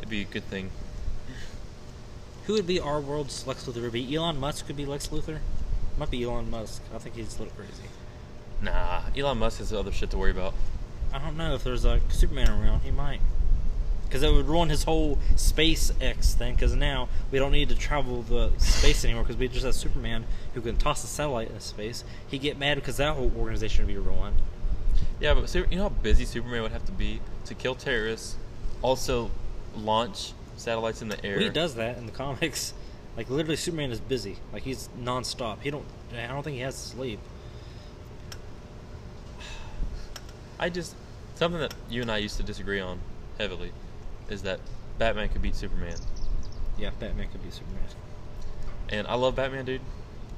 [SPEAKER 1] It'd be a good thing.
[SPEAKER 2] Who would be our world's Lex Luthor? Would be Elon Musk could be Lex Luthor. Might be Elon Musk. I think he's a little crazy.
[SPEAKER 1] Nah, Elon Musk has other shit to worry about.
[SPEAKER 2] I don't know if there's a Superman around. He might. Because it would ruin his whole SpaceX thing. Because now we don't need to travel the space anymore. Because we just have Superman who can toss a satellite into space. He'd get mad because that whole organization would be ruined.
[SPEAKER 1] Yeah, but Su- you know how busy Superman would have to be to kill terrorists, also launch satellites in the air.
[SPEAKER 2] He does that in the [laughs] comics. Like literally, Superman is busy. Like he's nonstop. He don't. I don't think he has to sleep.
[SPEAKER 1] I just something that you and I used to disagree on heavily is that Batman could beat Superman.
[SPEAKER 2] Yeah, Batman could be Superman.
[SPEAKER 1] And I love Batman, dude.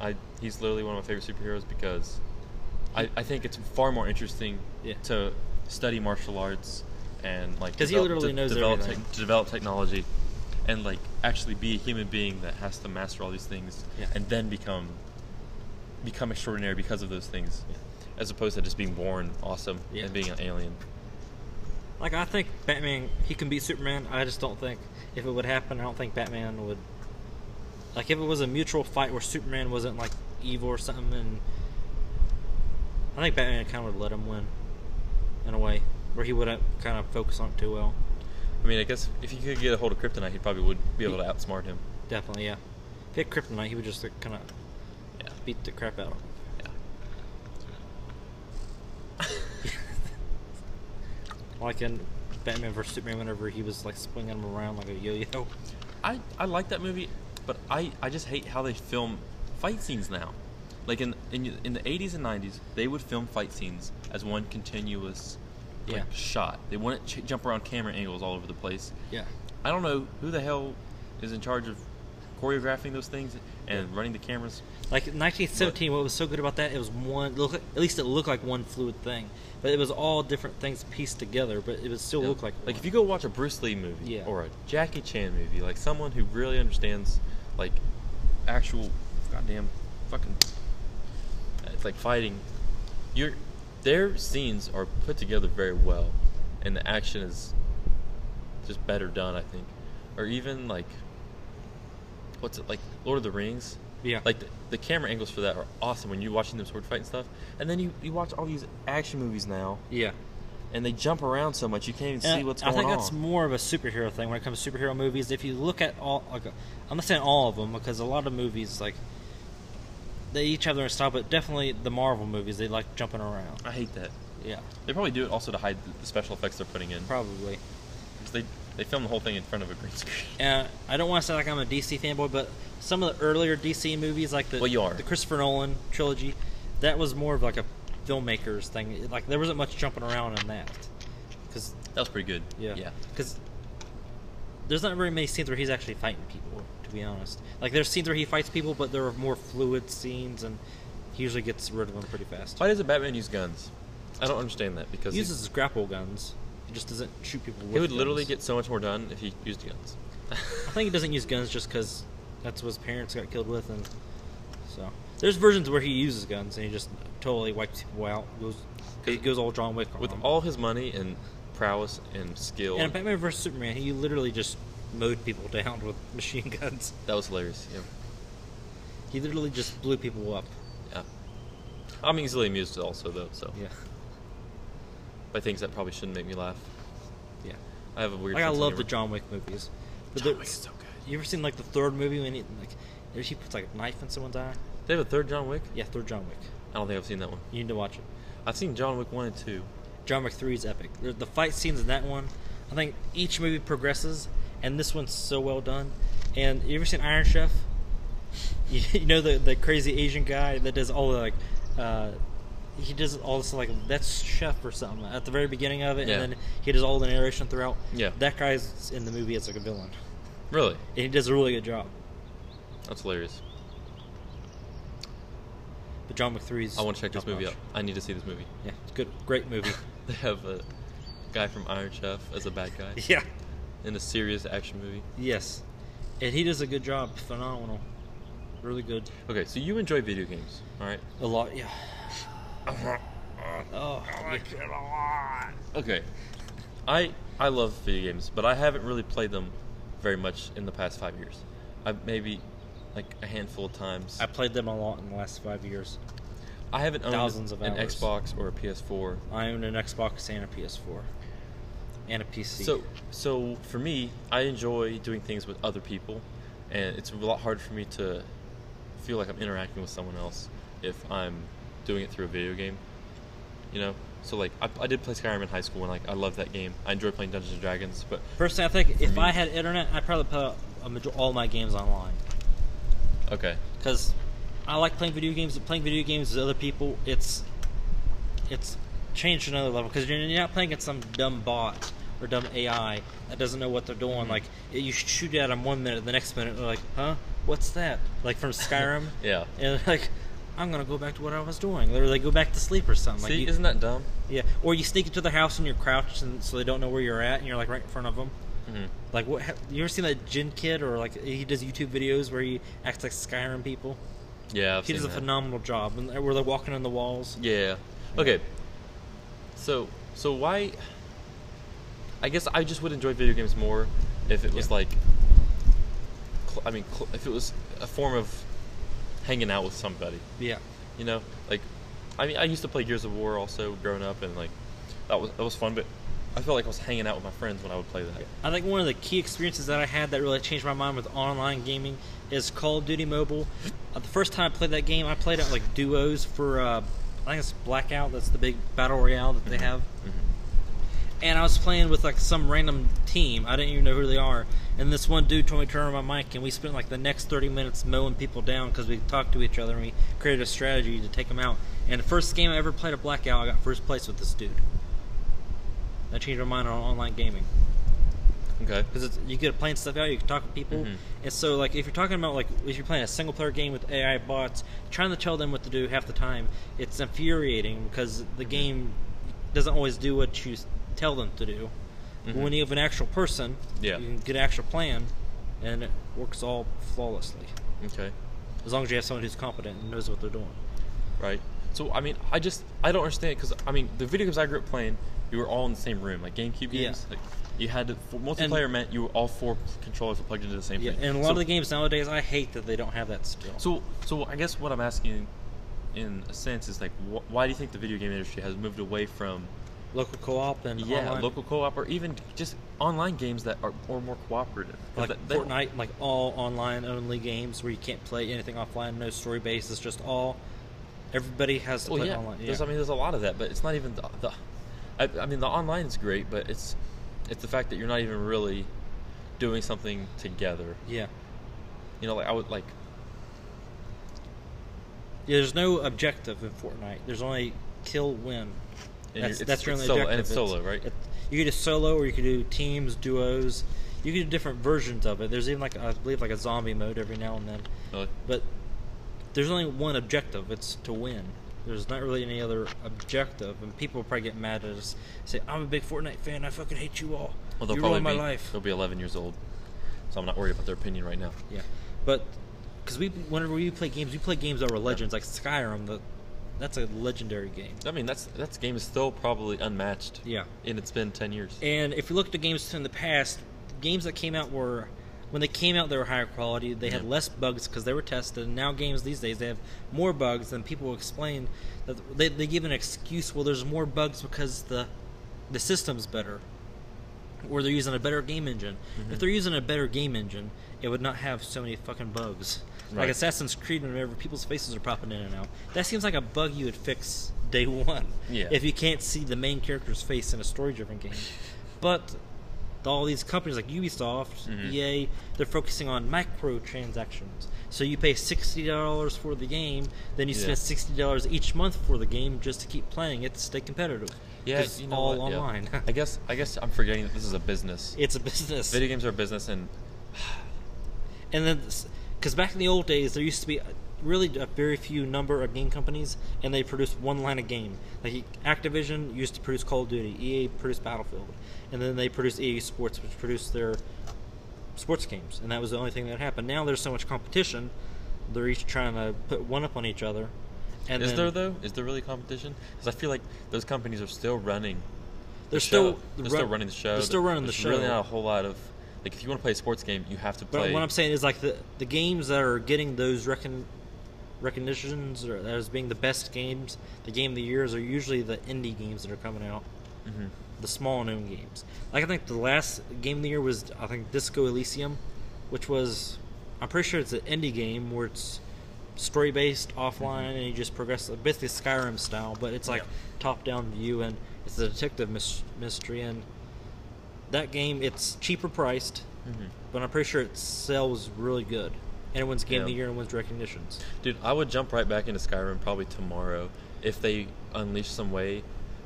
[SPEAKER 1] I he's literally one of my favorite superheroes because I, I think it's far more interesting
[SPEAKER 2] Yeah.
[SPEAKER 1] to study martial arts and like
[SPEAKER 2] 'Cause he
[SPEAKER 1] develop-
[SPEAKER 2] literally
[SPEAKER 1] de-
[SPEAKER 2] knows
[SPEAKER 1] develop
[SPEAKER 2] everything.
[SPEAKER 1] tech- to develop technology and like actually be a human being that has to master all these things
[SPEAKER 2] Yeah.
[SPEAKER 1] and then become become extraordinary because of those things
[SPEAKER 2] Yeah.
[SPEAKER 1] as opposed to just being born awesome
[SPEAKER 2] Yeah.
[SPEAKER 1] and being an alien
[SPEAKER 2] Like I think Batman, he can beat Superman. I just don't think if it would happen, I don't think Batman would. Like if it was a mutual fight where Superman wasn't like evil or something, and I think Batman kind of would let him win, in a way where he wouldn't kind of focus on it too well.
[SPEAKER 1] I mean I guess if he could get a hold of kryptonite he probably would be able to outsmart him
[SPEAKER 2] Definitely, yeah. If he had Kryptonite, he would just like, kind of
[SPEAKER 1] yeah
[SPEAKER 2] beat the crap out of him.
[SPEAKER 1] yeah
[SPEAKER 2] Like in Batman vs Superman, whenever he was like swinging him around like a yo-yo.
[SPEAKER 1] I, I like that movie, but I, I just hate how they film fight scenes now. Like in, in in the 80s and 90s, they would film fight scenes as one continuous like,
[SPEAKER 2] Yeah.
[SPEAKER 1] shot. They wouldn't ch- jump around camera angles all over the place.
[SPEAKER 2] Yeah.
[SPEAKER 1] I don't know who the hell is in charge of choreographing those things and running the cameras.
[SPEAKER 2] Like in 1917, what was so good about that? It was one. Look, at least it looked like one fluid thing, but it was all different things pieced together. But it would still look like
[SPEAKER 1] like if you go watch a Bruce Lee movie
[SPEAKER 2] Yeah.
[SPEAKER 1] or a Jackie Chan movie, like someone who really understands like actual goddamn fucking uh, it's like fighting. Your their scenes are put together very well, and the action is just better done, I think. Or even like what's it like Lord of the Rings?
[SPEAKER 2] Yeah.
[SPEAKER 1] Like the, the camera angles for that are awesome when you're watching them sword fight and stuff. And then you, you watch all these action movies now
[SPEAKER 2] yeah.
[SPEAKER 1] and they jump around so much you can't even
[SPEAKER 2] And
[SPEAKER 1] see what's
[SPEAKER 2] I
[SPEAKER 1] going
[SPEAKER 2] think
[SPEAKER 1] on.
[SPEAKER 2] that's more of a superhero thing when it comes to superhero movies. If you look at all, like, I'm not saying all of them because a lot of movies like they each have their own style, but definitely the Marvel movies they like jumping around.
[SPEAKER 1] I hate that.
[SPEAKER 2] Yeah,
[SPEAKER 1] They probably do it also to hide the- the special effects they're putting in.
[SPEAKER 2] probably.
[SPEAKER 1] 'Cause they they film the whole thing in front of a green screen.
[SPEAKER 2] And Uh, I don't want to sound like I'm a DC fanboy, but some of the earlier DC movies, like the
[SPEAKER 1] Well, you are.
[SPEAKER 2] the Christopher Nolan trilogy, that was more of like a filmmaker's thing. Like there wasn't much jumping around in that, because
[SPEAKER 1] [laughs] That was pretty good.
[SPEAKER 2] yeah,
[SPEAKER 1] Yeah.
[SPEAKER 2] because there's not very many scenes where he's actually fighting people. To be honest, like there's scenes where he fights people, but there are more fluid scenes, and he usually gets rid of them pretty fast.
[SPEAKER 1] Why doesn't Batman use guns? I don't understand that because
[SPEAKER 2] He
[SPEAKER 1] he,
[SPEAKER 2] uses his grapple guns. He just doesn't shoot people. With
[SPEAKER 1] he would literally
[SPEAKER 2] guns.
[SPEAKER 1] get so much more done if he used guns.
[SPEAKER 2] I think he doesn't use guns just because that's what his parents got killed with, and so there's versions where he uses guns and he just totally wipes people out. Goes 'cause he goes all John Wick
[SPEAKER 1] [laughs]
[SPEAKER 2] on
[SPEAKER 1] With
[SPEAKER 2] them.
[SPEAKER 1] all his money and prowess and skill,
[SPEAKER 2] and in Batman vs Superman, he literally just mowed people down with [laughs] machine guns.
[SPEAKER 1] that was hilarious. Yeah.
[SPEAKER 2] He literally just blew people up.
[SPEAKER 1] yeah. I'm easily amused also though, so
[SPEAKER 2] Yeah,
[SPEAKER 1] by things that probably shouldn't make me laugh.
[SPEAKER 2] yeah.
[SPEAKER 1] I have a weird.
[SPEAKER 2] Like I
[SPEAKER 1] sense of
[SPEAKER 2] love the
[SPEAKER 1] humor.
[SPEAKER 2] John Wick movies. But
[SPEAKER 1] John
[SPEAKER 2] there-
[SPEAKER 1] Wick is so good.
[SPEAKER 2] You ever seen like the third movie when he like if he puts like a knife in someone's eye?
[SPEAKER 1] They have a third John Wick.
[SPEAKER 2] Yeah, third John Wick.
[SPEAKER 1] I don't think I've seen that one.
[SPEAKER 2] You need to watch it.
[SPEAKER 1] I've seen John Wick one and two.
[SPEAKER 2] John Wick 3 is epic. The, the fight scenes in that one, I think each movie progresses, and this one's so well done. And you ever seen Iron Chef? [laughs] You, you know the the crazy Asian guy that does all the like, uh, he does all this like that's chef or something at the very beginning of it,
[SPEAKER 1] Yeah.
[SPEAKER 2] and then he does all the narration throughout.
[SPEAKER 1] Yeah.
[SPEAKER 2] that guy's in the movie as like a villain,
[SPEAKER 1] Really?
[SPEAKER 2] and he does a really good job.
[SPEAKER 1] That's hilarious.
[SPEAKER 2] But John Wick 3 is
[SPEAKER 1] I want to check this
[SPEAKER 2] top
[SPEAKER 1] movie out.
[SPEAKER 2] notch.
[SPEAKER 1] I need to see this movie. [laughs]
[SPEAKER 2] Yeah, it's good, great movie.
[SPEAKER 1] They have a guy from Iron Chef as a bad guy
[SPEAKER 2] [laughs] yeah,
[SPEAKER 1] in a serious action movie.
[SPEAKER 2] yes, and he does a good job. Phenomenal, really good.
[SPEAKER 1] Okay, so you enjoy video games, all right?
[SPEAKER 2] A lot, yeah. Oh, yeah.
[SPEAKER 1] Okay. I I love video games, but I haven't really played them very much in the past 5 years. I maybe like a handful of times.
[SPEAKER 2] I played them a lot in the last five years.
[SPEAKER 1] I haven't owned
[SPEAKER 2] thousands of
[SPEAKER 1] an
[SPEAKER 2] hours.
[SPEAKER 1] Xbox or a PS4.
[SPEAKER 2] I own an Xbox and a PS4 and a PC.
[SPEAKER 1] So, so for me, I enjoy doing things with other people, and it's a lot harder for me to feel like I'm interacting with someone else if I'm doing it through a video game. You know, so like I, I did play Skyrim in high school, and like I loved that game. I enjoy playing Dungeons and Dragons, but
[SPEAKER 2] personally, I think if
[SPEAKER 1] me-
[SPEAKER 2] I had internet, I'd probably put a major- all my games online
[SPEAKER 1] okay,
[SPEAKER 2] because I like playing video games. Playing video games with other people, it's it's changed to another level because you're you're not playing against some dumb bot or dumb AI that doesn't know what they're doing. Like you shoot at them one minute, the next minute they're like, "Huh? What's that?" Like from [laughs] Skyrim.
[SPEAKER 1] Yeah.
[SPEAKER 2] And they're like, "I'm gonna go back to what I was doing," or they go back to sleep or something.
[SPEAKER 1] See,
[SPEAKER 2] like, you,
[SPEAKER 1] isn't that dumb?
[SPEAKER 2] yeah. Or you sneak into the house and you're crouched, and so they don't know where you're at, and you're like right in front of them.
[SPEAKER 1] Mm-hmm.
[SPEAKER 2] Like what? hap- You ever seen that Jin kid or like he does YouTube videos where he acts like Skyrim people?
[SPEAKER 1] Yeah, I've
[SPEAKER 2] he does
[SPEAKER 1] seen
[SPEAKER 2] a
[SPEAKER 1] that.
[SPEAKER 2] phenomenal job, and uh, where they're walking on the walls.
[SPEAKER 1] Yeah. Okay. So so why? I guess I just would enjoy video games more if it was
[SPEAKER 2] Yeah.
[SPEAKER 1] like. Cl- I mean, cl- if it was a form of hanging out with somebody,
[SPEAKER 2] Yeah,
[SPEAKER 1] you know, like, I mean, I used to play Gears of War also growing up, and like, that was that was fun, but I felt like I was hanging out with my friends when I would play that.
[SPEAKER 2] I think one of the key experiences that I had that really changed my mind with online gaming is Call of Duty Mobile. Uh, the first time I played that game, I played it like duos for uh, I think it's Blackout. That's the big battle royale that they have. and I was playing with like some random team. I didn't even know who they are. And this one dude told me to turn on my mic, and we spent like the next 30 minutes mowing people down because we talked to each other and we created a strategy to take them out. And the first game I ever played a blackout, I got first place with this dude. That changed my mind on online gaming
[SPEAKER 1] Okay.
[SPEAKER 2] because you get playing stuff out, you can talk with people,
[SPEAKER 1] Mhm.
[SPEAKER 2] and so like if you're talking about like if you're playing a single player game with AI bots, trying to tell them what to do half the time, it's infuriating because the
[SPEAKER 1] Mm-hmm.
[SPEAKER 2] game doesn't always do what you s- tell them to do. But
[SPEAKER 1] Mhm.
[SPEAKER 2] when you have an actual person,
[SPEAKER 1] Yeah.
[SPEAKER 2] you can get an actual plan, and it works all flawlessly
[SPEAKER 1] Okay.
[SPEAKER 2] as long as you have someone who's competent and knows what they're doing.
[SPEAKER 1] right? So I mean, I just I don't understand because I mean, the video games I grew up playing, you were all in the same room, like GameCube
[SPEAKER 2] Yeah.
[SPEAKER 1] games. Like you had to, for, multiplayer meant you were all four controllers were plugged into the same
[SPEAKER 2] Yeah,
[SPEAKER 1] thing.
[SPEAKER 2] and a lot
[SPEAKER 1] so,
[SPEAKER 2] of the games nowadays, I hate that they don't have that still.
[SPEAKER 1] So so I guess what I'm asking, in a sense, is like, wh- why do you think the video game industry has moved away from
[SPEAKER 2] local co-op and
[SPEAKER 1] yeah
[SPEAKER 2] online,
[SPEAKER 1] local co-op or even just online games that are or more cooperative? 'Cause
[SPEAKER 2] like
[SPEAKER 1] that- that-
[SPEAKER 2] Fortnite, like all online only games where you can't play anything offline, no story based. It's just all everybody has to
[SPEAKER 1] Well,
[SPEAKER 2] play
[SPEAKER 1] yeah.
[SPEAKER 2] online.
[SPEAKER 1] There's, I mean, there's a lot of that, but it's not even the. the I, I mean, the online is great, but it's it's the fact that you're not even really doing something together.
[SPEAKER 2] yeah,
[SPEAKER 1] You know, like I would like.
[SPEAKER 2] yeah. There's no objective in Fortnite. There's only kill win.
[SPEAKER 1] And
[SPEAKER 2] that's
[SPEAKER 1] you're- it's-
[SPEAKER 2] that's your
[SPEAKER 1] it's
[SPEAKER 2] only
[SPEAKER 1] solo-
[SPEAKER 2] objective.
[SPEAKER 1] and it's solo, right?
[SPEAKER 2] it- you could do solo, or you could do teams, duos. You could do different versions of it. There's even like I believe like a zombie mode every now and then.
[SPEAKER 1] Really?
[SPEAKER 2] But there's only one objective. It's to win. There's not really any other objective, and people probably get mad at us. Say, "I'm a big Fortnite fan. I fucking hate you all.
[SPEAKER 1] Well, they'll
[SPEAKER 2] you
[SPEAKER 1] probably
[SPEAKER 2] ruined my
[SPEAKER 1] be,
[SPEAKER 2] life."
[SPEAKER 1] They'll be 11 years old, so I'm not worried about their opinion right now.
[SPEAKER 2] Yeah, but because we, whenever we play games, we play games that were legends, like Skyrim. The, that's a legendary game.
[SPEAKER 1] I mean, that's that game is still probably unmatched.
[SPEAKER 2] Yeah.
[SPEAKER 1] And it's been 10 years.
[SPEAKER 2] And if you look at the games in the past, games that came out were when they came out they were higher quality. They had
[SPEAKER 1] Yeah.
[SPEAKER 2] less bugs because they were tested. And now games these days they have more bugs than people explain. That they, they give an excuse. Well, there's more bugs because the the system's better, or they're using a better game engine.
[SPEAKER 1] Mm-hmm.
[SPEAKER 2] If they're using a better game engine, it would not have so many fucking bugs. Like
[SPEAKER 1] Right.
[SPEAKER 2] Assassin's Creed, whenever people's faces are popping in and out, that seems like a bug you would fix day one.
[SPEAKER 1] Yeah.
[SPEAKER 2] If you can't see the main character's face in a
[SPEAKER 1] [laughs]
[SPEAKER 2] story-driven game, but all these companies like Ubisoft,
[SPEAKER 1] Mhm.
[SPEAKER 2] EA, they're focusing on microtransactions. So you pay sixty dollars for the game, then you
[SPEAKER 1] Yeah.
[SPEAKER 2] spend sixty dollars each month for the game just to keep playing it to stay competitive. 'Cause
[SPEAKER 1] Yeah,
[SPEAKER 2] it's
[SPEAKER 1] you know
[SPEAKER 2] all
[SPEAKER 1] what, yeah.
[SPEAKER 2] online.
[SPEAKER 1] I guess I guess I'm forgetting that this is a business.
[SPEAKER 2] [laughs] it's a business.
[SPEAKER 1] Video games are a business, and
[SPEAKER 2] and then because back in the old days there used to be a- really a very few number of game companies and they produced one line of game like activision used to produce call of duty ea produced battlefield and then they produced ea sports which produced their sports games and that was the only thing that happened now there's so much competition they're each trying to put one up on each other and
[SPEAKER 1] is
[SPEAKER 2] then
[SPEAKER 1] there though? Is there really competition? Because I feel like those companies are still running
[SPEAKER 2] they're
[SPEAKER 1] the show.
[SPEAKER 2] still
[SPEAKER 1] they're
[SPEAKER 2] run-
[SPEAKER 1] still running the show.
[SPEAKER 2] they're still running the
[SPEAKER 1] There's
[SPEAKER 2] show
[SPEAKER 1] Really, not a whole lot of like if you want to play a sports game, you have to
[SPEAKER 2] But
[SPEAKER 1] play.
[SPEAKER 2] what I'm saying is like the the games that are getting those recon, recognitions or as being the best games, the game of the years are usually the indie games that are coming out,
[SPEAKER 1] Mhm.
[SPEAKER 2] the small known games. Like I think the last game of the year was I think Disco Elysium, which was I'm pretty sure it's an indie game where it's story based offline and you just progress basically Skyrim style, but it's like
[SPEAKER 1] Mm-hmm. Yeah.
[SPEAKER 2] top down view and it's a detective mys- mystery and that game it's cheaper priced
[SPEAKER 1] Mhm.
[SPEAKER 2] but I'm pretty sure it sells really good. And it wins Game of the
[SPEAKER 1] Yeah.
[SPEAKER 2] Year and wins recognitions.
[SPEAKER 1] Dude, I would jump right back into Skyrim probably tomorrow if they unleash some way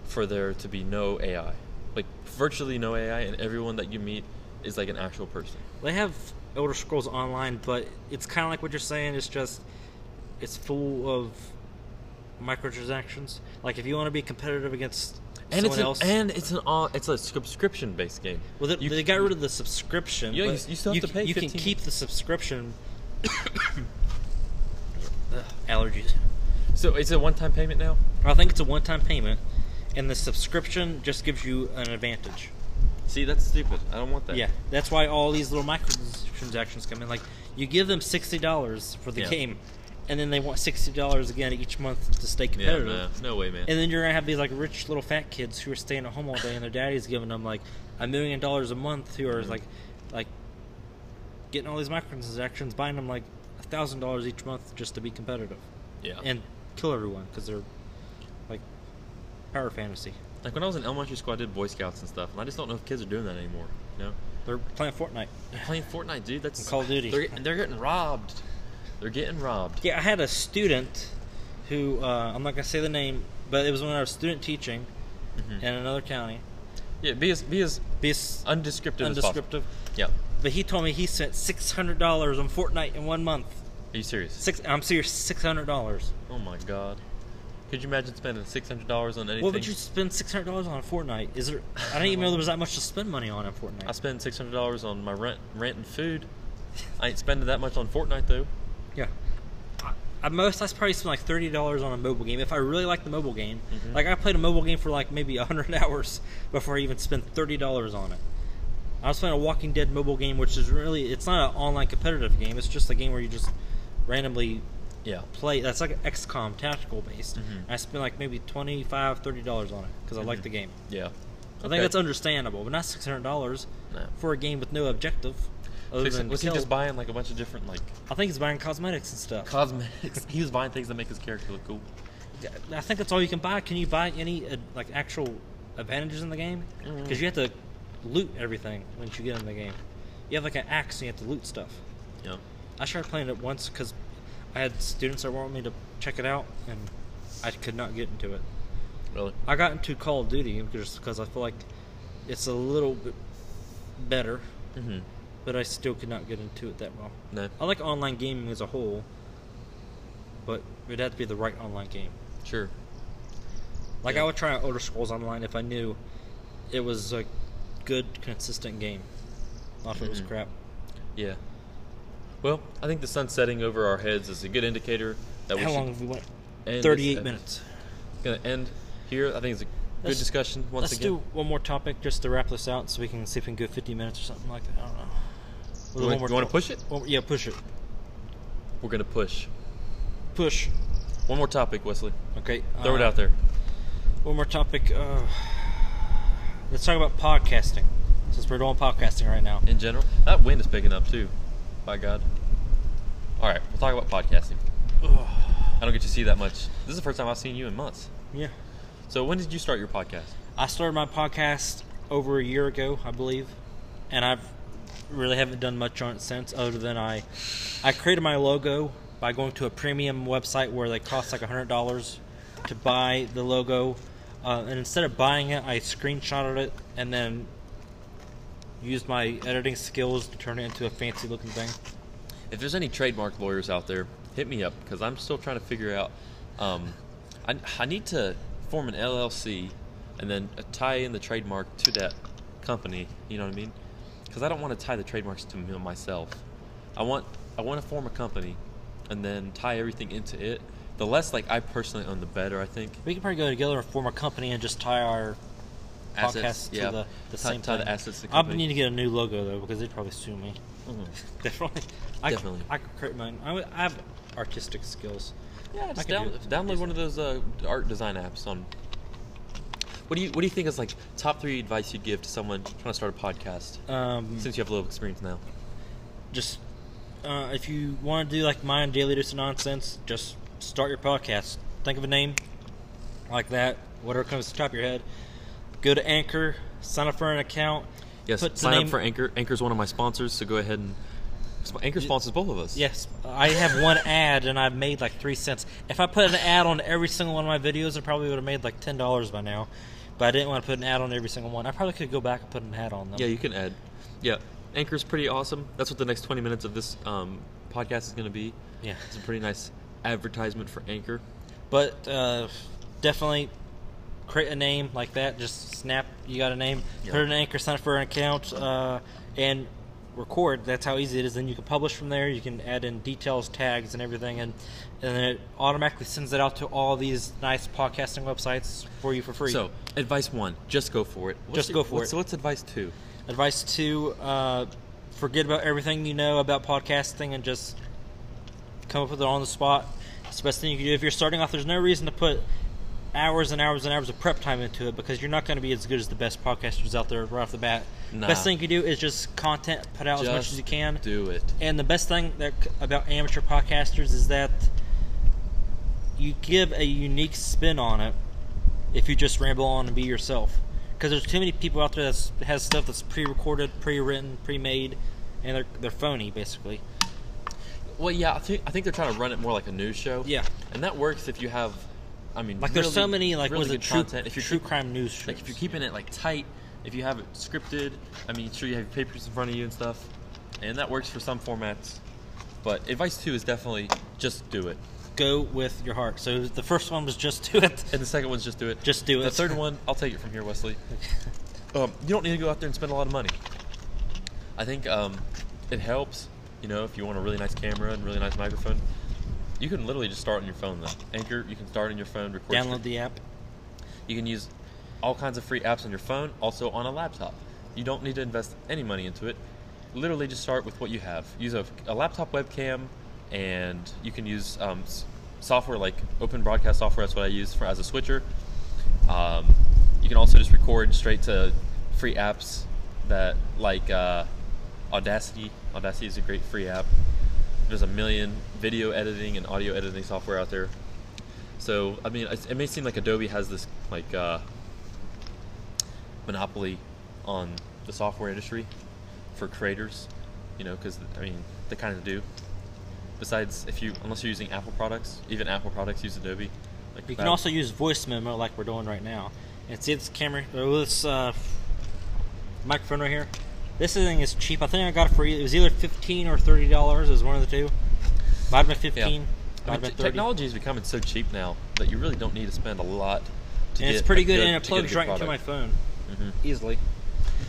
[SPEAKER 1] for there to be no AI. like virtually no AI, and everyone that you meet is like an actual person.
[SPEAKER 2] They have Elder Scrolls Online, but it's kind of like what you're saying. It's just it's full of microtransactions. Like if you want to be competitive against
[SPEAKER 1] And
[SPEAKER 2] someone
[SPEAKER 1] it's an,
[SPEAKER 2] else,
[SPEAKER 1] and it's an all it's a subscription based game.
[SPEAKER 2] well, they,
[SPEAKER 1] You-
[SPEAKER 2] they got rid of the subscription.
[SPEAKER 1] Yeah, you
[SPEAKER 2] but
[SPEAKER 1] s- you still have to
[SPEAKER 2] c-
[SPEAKER 1] pay
[SPEAKER 2] You can
[SPEAKER 1] 15.
[SPEAKER 2] keep the subscription. [coughs] Ugh, allergies.
[SPEAKER 1] So it's a one time payment now.
[SPEAKER 2] I think it's a one-time payment, and the subscription just gives you an advantage.
[SPEAKER 1] See, that's stupid. I don't want that.
[SPEAKER 2] Yeah, that's why all these little microtransactions come in. Like, you give them sixty dollars for the
[SPEAKER 1] Yeah.
[SPEAKER 2] game, and then they want sixty dollars again each month to stay
[SPEAKER 1] Yeah,
[SPEAKER 2] competitive.
[SPEAKER 1] no, no way, man.
[SPEAKER 2] And then you're gonna have these like rich little fat kids who are staying at home all day, and their daddy's giving them like a million dollars a month, who are
[SPEAKER 1] Mhm.
[SPEAKER 2] like, like getting all these microtransactions, buying them like a thousand dollars each month just to be competitive
[SPEAKER 1] yeah.
[SPEAKER 2] and kill everyone because they're like power fantasy.
[SPEAKER 1] like when I was in elementary school, I did Boy Scouts and stuff, and I just don't know if kids are doing that anymore. You know,
[SPEAKER 2] They're playing Fortnite.
[SPEAKER 1] they're playing Fortnite, dude. That's
[SPEAKER 2] And Call of Duty.
[SPEAKER 1] They're, get- they're getting robbed. They're getting robbed.
[SPEAKER 2] Yeah, I had a student who uh, I'm not gonna say the name, but it was when I was student teaching
[SPEAKER 1] Mhm.
[SPEAKER 2] in another county.
[SPEAKER 1] Yeah, be as be as
[SPEAKER 2] This,
[SPEAKER 1] undescriptive.
[SPEAKER 2] Undescriptive.
[SPEAKER 1] As possible. Yeah.
[SPEAKER 2] but he told me he spent six hundred dollars on Fortnite in one month.
[SPEAKER 1] Are you serious?
[SPEAKER 2] Six, I'm serious, six hundred dollars.
[SPEAKER 1] Oh my god. Could you imagine spending six hundred dollars on anything?
[SPEAKER 2] What would you spend six hundred dollars on in Fortnite? Is there? I didn't even know there was that much to spend money on in Fortnite.
[SPEAKER 1] I spend six hundred dollars on my rent, rent and food. I ain't spending that much on Fortnite though.
[SPEAKER 2] yeah. I- At most, I probably spend like thirty dollars on a mobile game if I really like the mobile game.
[SPEAKER 1] Mhm.
[SPEAKER 2] Like I played a mobile game for like maybe hundred [laughs] hours before I even spent thirty dollars on it. I was playing a Walking Dead mobile game, which is really it's not an online competitive game. It's just a game where you just randomly
[SPEAKER 1] Yeah.
[SPEAKER 2] play. That's like an XCOM tactical based.
[SPEAKER 1] Mhm.
[SPEAKER 2] I spent like maybe 25 thirty dollars on it because I like
[SPEAKER 1] Mhm.
[SPEAKER 2] the game.
[SPEAKER 1] Yeah.
[SPEAKER 2] I think that's understandable, but not six hundred dollars
[SPEAKER 1] No.
[SPEAKER 2] for a game with no objective. Other
[SPEAKER 1] Six-
[SPEAKER 2] than
[SPEAKER 1] was
[SPEAKER 2] kill.
[SPEAKER 1] he just buying like a bunch of different like
[SPEAKER 2] I think he's buying cosmetics and stuff.
[SPEAKER 1] cosmetics? [laughs] he was buying things that make his character look cool.
[SPEAKER 2] I think that's all you can buy. Can you buy any uh, like actual advantages in the game?
[SPEAKER 1] Mm.
[SPEAKER 2] Because you have to loot everything once you get in the game. You have like an axe and you have to loot stuff.
[SPEAKER 1] Yeah.
[SPEAKER 2] I tried playing it once because I had students that wanted me to check it out, and I could not get into it.
[SPEAKER 1] Really.
[SPEAKER 2] I got into Call of Duty just because I feel like it's a little bit better,
[SPEAKER 1] Mm-hmm.
[SPEAKER 2] but I still could not get into it that well.
[SPEAKER 1] No.
[SPEAKER 2] I like online gaming as a whole, but it'd have to be the right online game.
[SPEAKER 1] Sure.
[SPEAKER 2] Like
[SPEAKER 1] Yeah.
[SPEAKER 2] I would try Elder Scrolls Online if I knew it was a good, consistent game, not if it was
[SPEAKER 1] Mhm.
[SPEAKER 2] crap.
[SPEAKER 1] Yeah. Well, I think the sun setting over our heads is a good indicator that we
[SPEAKER 2] How
[SPEAKER 1] should
[SPEAKER 2] long have we went?
[SPEAKER 1] end this
[SPEAKER 2] Thirty-eight
[SPEAKER 1] episode.
[SPEAKER 2] minutes.
[SPEAKER 1] Gonna end here. I think it's a good
[SPEAKER 2] Let's-
[SPEAKER 1] discussion once
[SPEAKER 2] Let's
[SPEAKER 1] again.
[SPEAKER 2] do one more topic just to wrap this out, so we can see if we can go fifty minutes or something like that. I don't know.
[SPEAKER 1] You want- you wanna push it?
[SPEAKER 2] Well, yeah, push it.
[SPEAKER 1] We're gonna push.
[SPEAKER 2] Push.
[SPEAKER 1] One more topic, Wesley.
[SPEAKER 2] Okay.
[SPEAKER 1] Throw it
[SPEAKER 2] uh,
[SPEAKER 1] out there.
[SPEAKER 2] One more topic. Uh, let's talk about podcasting, since we're doing podcasting right now.
[SPEAKER 1] In general, that wind is picking up too. By God. All right, we'll talk about podcasting. I don't get to see that much. This is the first time I've seen you in months.
[SPEAKER 2] Yeah.
[SPEAKER 1] So when did you start your podcast?
[SPEAKER 2] I started my podcast over a year ago, I believe, and I've really haven't done much on it since, other than I I created my logo by going to a premium website where they cost like hundred dollars to buy the logo, uh, and instead of buying it, I screenshotted it and then used my editing skills to turn it into a fancy looking thing.
[SPEAKER 1] If there's any trademark lawyers out there, hit me up because I'm still trying to figure out. Um, I, I need to form an LLC and then uh, tie in the trademark to that company. You know what I mean? Because I don't want to tie the trademarks to me- myself. I want I want to form a company and then tie everything into it. The less like I personally own, the better. I think.
[SPEAKER 2] We could probably go together and form a company and just tie our
[SPEAKER 1] Assets,
[SPEAKER 2] podcasts
[SPEAKER 1] yeah.
[SPEAKER 2] to the, the
[SPEAKER 1] Tie-
[SPEAKER 2] same
[SPEAKER 1] tie the
[SPEAKER 2] thing.
[SPEAKER 1] assets to
[SPEAKER 2] I
[SPEAKER 1] company.
[SPEAKER 2] need to get a new logo though because they'd probably sue me.
[SPEAKER 1] Mhm.
[SPEAKER 2] [laughs] Definitely. I,
[SPEAKER 1] Definitely.
[SPEAKER 2] Definitely. I could create mine. I, would- I have artistic skills.
[SPEAKER 1] Yeah, just
[SPEAKER 2] can
[SPEAKER 1] down,
[SPEAKER 2] do it.
[SPEAKER 1] download one of those uh, art design apps on. What do you What do you think is like top three advice you'd give to someone trying to start a podcast?
[SPEAKER 2] Um,
[SPEAKER 1] Since you have a little experience now,
[SPEAKER 2] just uh, if you want to do like mine, daily dose of nonsense, just start your podcast. Think of a name like that, whatever comes to the top of your head. Go to Anchor, sign up for an account.
[SPEAKER 1] yes,
[SPEAKER 2] put the
[SPEAKER 1] sign
[SPEAKER 2] name-
[SPEAKER 1] up for Anchor. Anchor's one of my sponsors, so go ahead and sp- Anchor sponsors both of us.
[SPEAKER 2] Yes, I have one ad and I've made like three cents. If I put an ad on every single one of my videos, I probably would have made like ten dollars by now. But I didn't want to put an ad on every single one. I probably could go back and put an ad on them.
[SPEAKER 1] Yeah, you can add. Yeah, Anchor's pretty awesome. That's what the next 20 minutes of this um, podcast is going to be.
[SPEAKER 2] Yeah.
[SPEAKER 1] It's a pretty nice advertisement for Anchor.
[SPEAKER 2] But uh, definitely create a name like that. Just snap. You got a name.
[SPEAKER 1] Yeah.
[SPEAKER 2] Put an anchor. Sign up for an account uh, and record. That's how easy it is. Then you can publish from there. You can add in details, tags, and everything, and and then it automatically sends it out to all these nice podcasting websites for you for free.
[SPEAKER 1] So, advice one just go for it.
[SPEAKER 2] Just go for
[SPEAKER 1] what's-
[SPEAKER 2] it.
[SPEAKER 1] So, what's advice two?
[SPEAKER 2] advice two: uh, forget about everything you know about podcasting and just come up with it on the spot. It's the best thing you can do if you're starting off. There's no reason to put hours and hours and hours of prep time into it because you're not going to be as good as the best podcasters out there right off the bat.
[SPEAKER 1] Nah.
[SPEAKER 2] Best thing you can do is just content, put out as much
[SPEAKER 1] Just
[SPEAKER 2] as you can.
[SPEAKER 1] Do it.
[SPEAKER 2] And the best thing that about amateur podcasters is that you give a unique spin on it if you just ramble on and be yourself. Because there's too many people out there that has stuff that's pre-recorded, pre-written, pre-made, and they're they're phony basically.
[SPEAKER 1] Well, yeah, I think I think they're trying to run it more like a news show.
[SPEAKER 2] Yeah.
[SPEAKER 1] and that works if you have, I mean,
[SPEAKER 2] Like there's so
[SPEAKER 1] really-
[SPEAKER 2] many like
[SPEAKER 1] really
[SPEAKER 2] was it
[SPEAKER 1] good
[SPEAKER 2] true
[SPEAKER 1] content. If you're
[SPEAKER 2] true
[SPEAKER 1] keep-
[SPEAKER 2] crime news shows.
[SPEAKER 1] like if you're keeping it like tight, if you have it scripted, I mean, sure you have your papers in front of you and stuff, and that works for some formats. But advice two is definitely just do it,
[SPEAKER 2] go with your heart. So the first one was just do it.
[SPEAKER 1] and the second one's just do it.
[SPEAKER 2] Just do
[SPEAKER 1] The
[SPEAKER 2] it.
[SPEAKER 1] third one, I'll take it from here,
[SPEAKER 2] [laughs]
[SPEAKER 1] Wesley. Um, you don't need to go out there and spend a lot of money. I think um, it helps, you know, if you want a really nice camera and really nice microphone. You can literally just start on your phone, though. Anchor, you can start on your phone, record. straight-
[SPEAKER 2] Download the app.
[SPEAKER 1] You can use all kinds of free apps on your phone, also on a laptop. You don't need to invest any money into it. Literally, just start with what you have. Use a, a laptop webcam, and you can use um, s- software like Open Broadcast software. That's what I use for as a switcher. Um, you can also just record straight to free apps that like uh, Audacity. Audacity is a great free app. There's a million video editing and audio editing software out there. So I mean, it's- it may seem like Adobe has this like uh, monopoly on the software industry for creators, you know, because I mean they kind of do. Besides, if you unless you're using Apple products, even Apple products use Adobe. Like
[SPEAKER 2] You
[SPEAKER 1] that-
[SPEAKER 2] can also use voice memo like we're doing right now. And see this camera, or this uh, microphone right here. This thing is cheap. I think I got it for e- it was either fifteen or thirty dollars. It was one of the two. Might have
[SPEAKER 1] Yeah.
[SPEAKER 2] been fifteen. Might
[SPEAKER 1] I mean,
[SPEAKER 2] have been
[SPEAKER 1] t-
[SPEAKER 2] thirty.
[SPEAKER 1] technology is becoming so cheap now that you really don't need to spend a lot. To
[SPEAKER 2] and
[SPEAKER 1] get
[SPEAKER 2] it's pretty
[SPEAKER 1] a
[SPEAKER 2] good, and
[SPEAKER 1] to
[SPEAKER 2] it
[SPEAKER 1] get a
[SPEAKER 2] plugs
[SPEAKER 1] good
[SPEAKER 2] right into my
[SPEAKER 1] product.
[SPEAKER 2] phone
[SPEAKER 1] Mhm.
[SPEAKER 2] easily.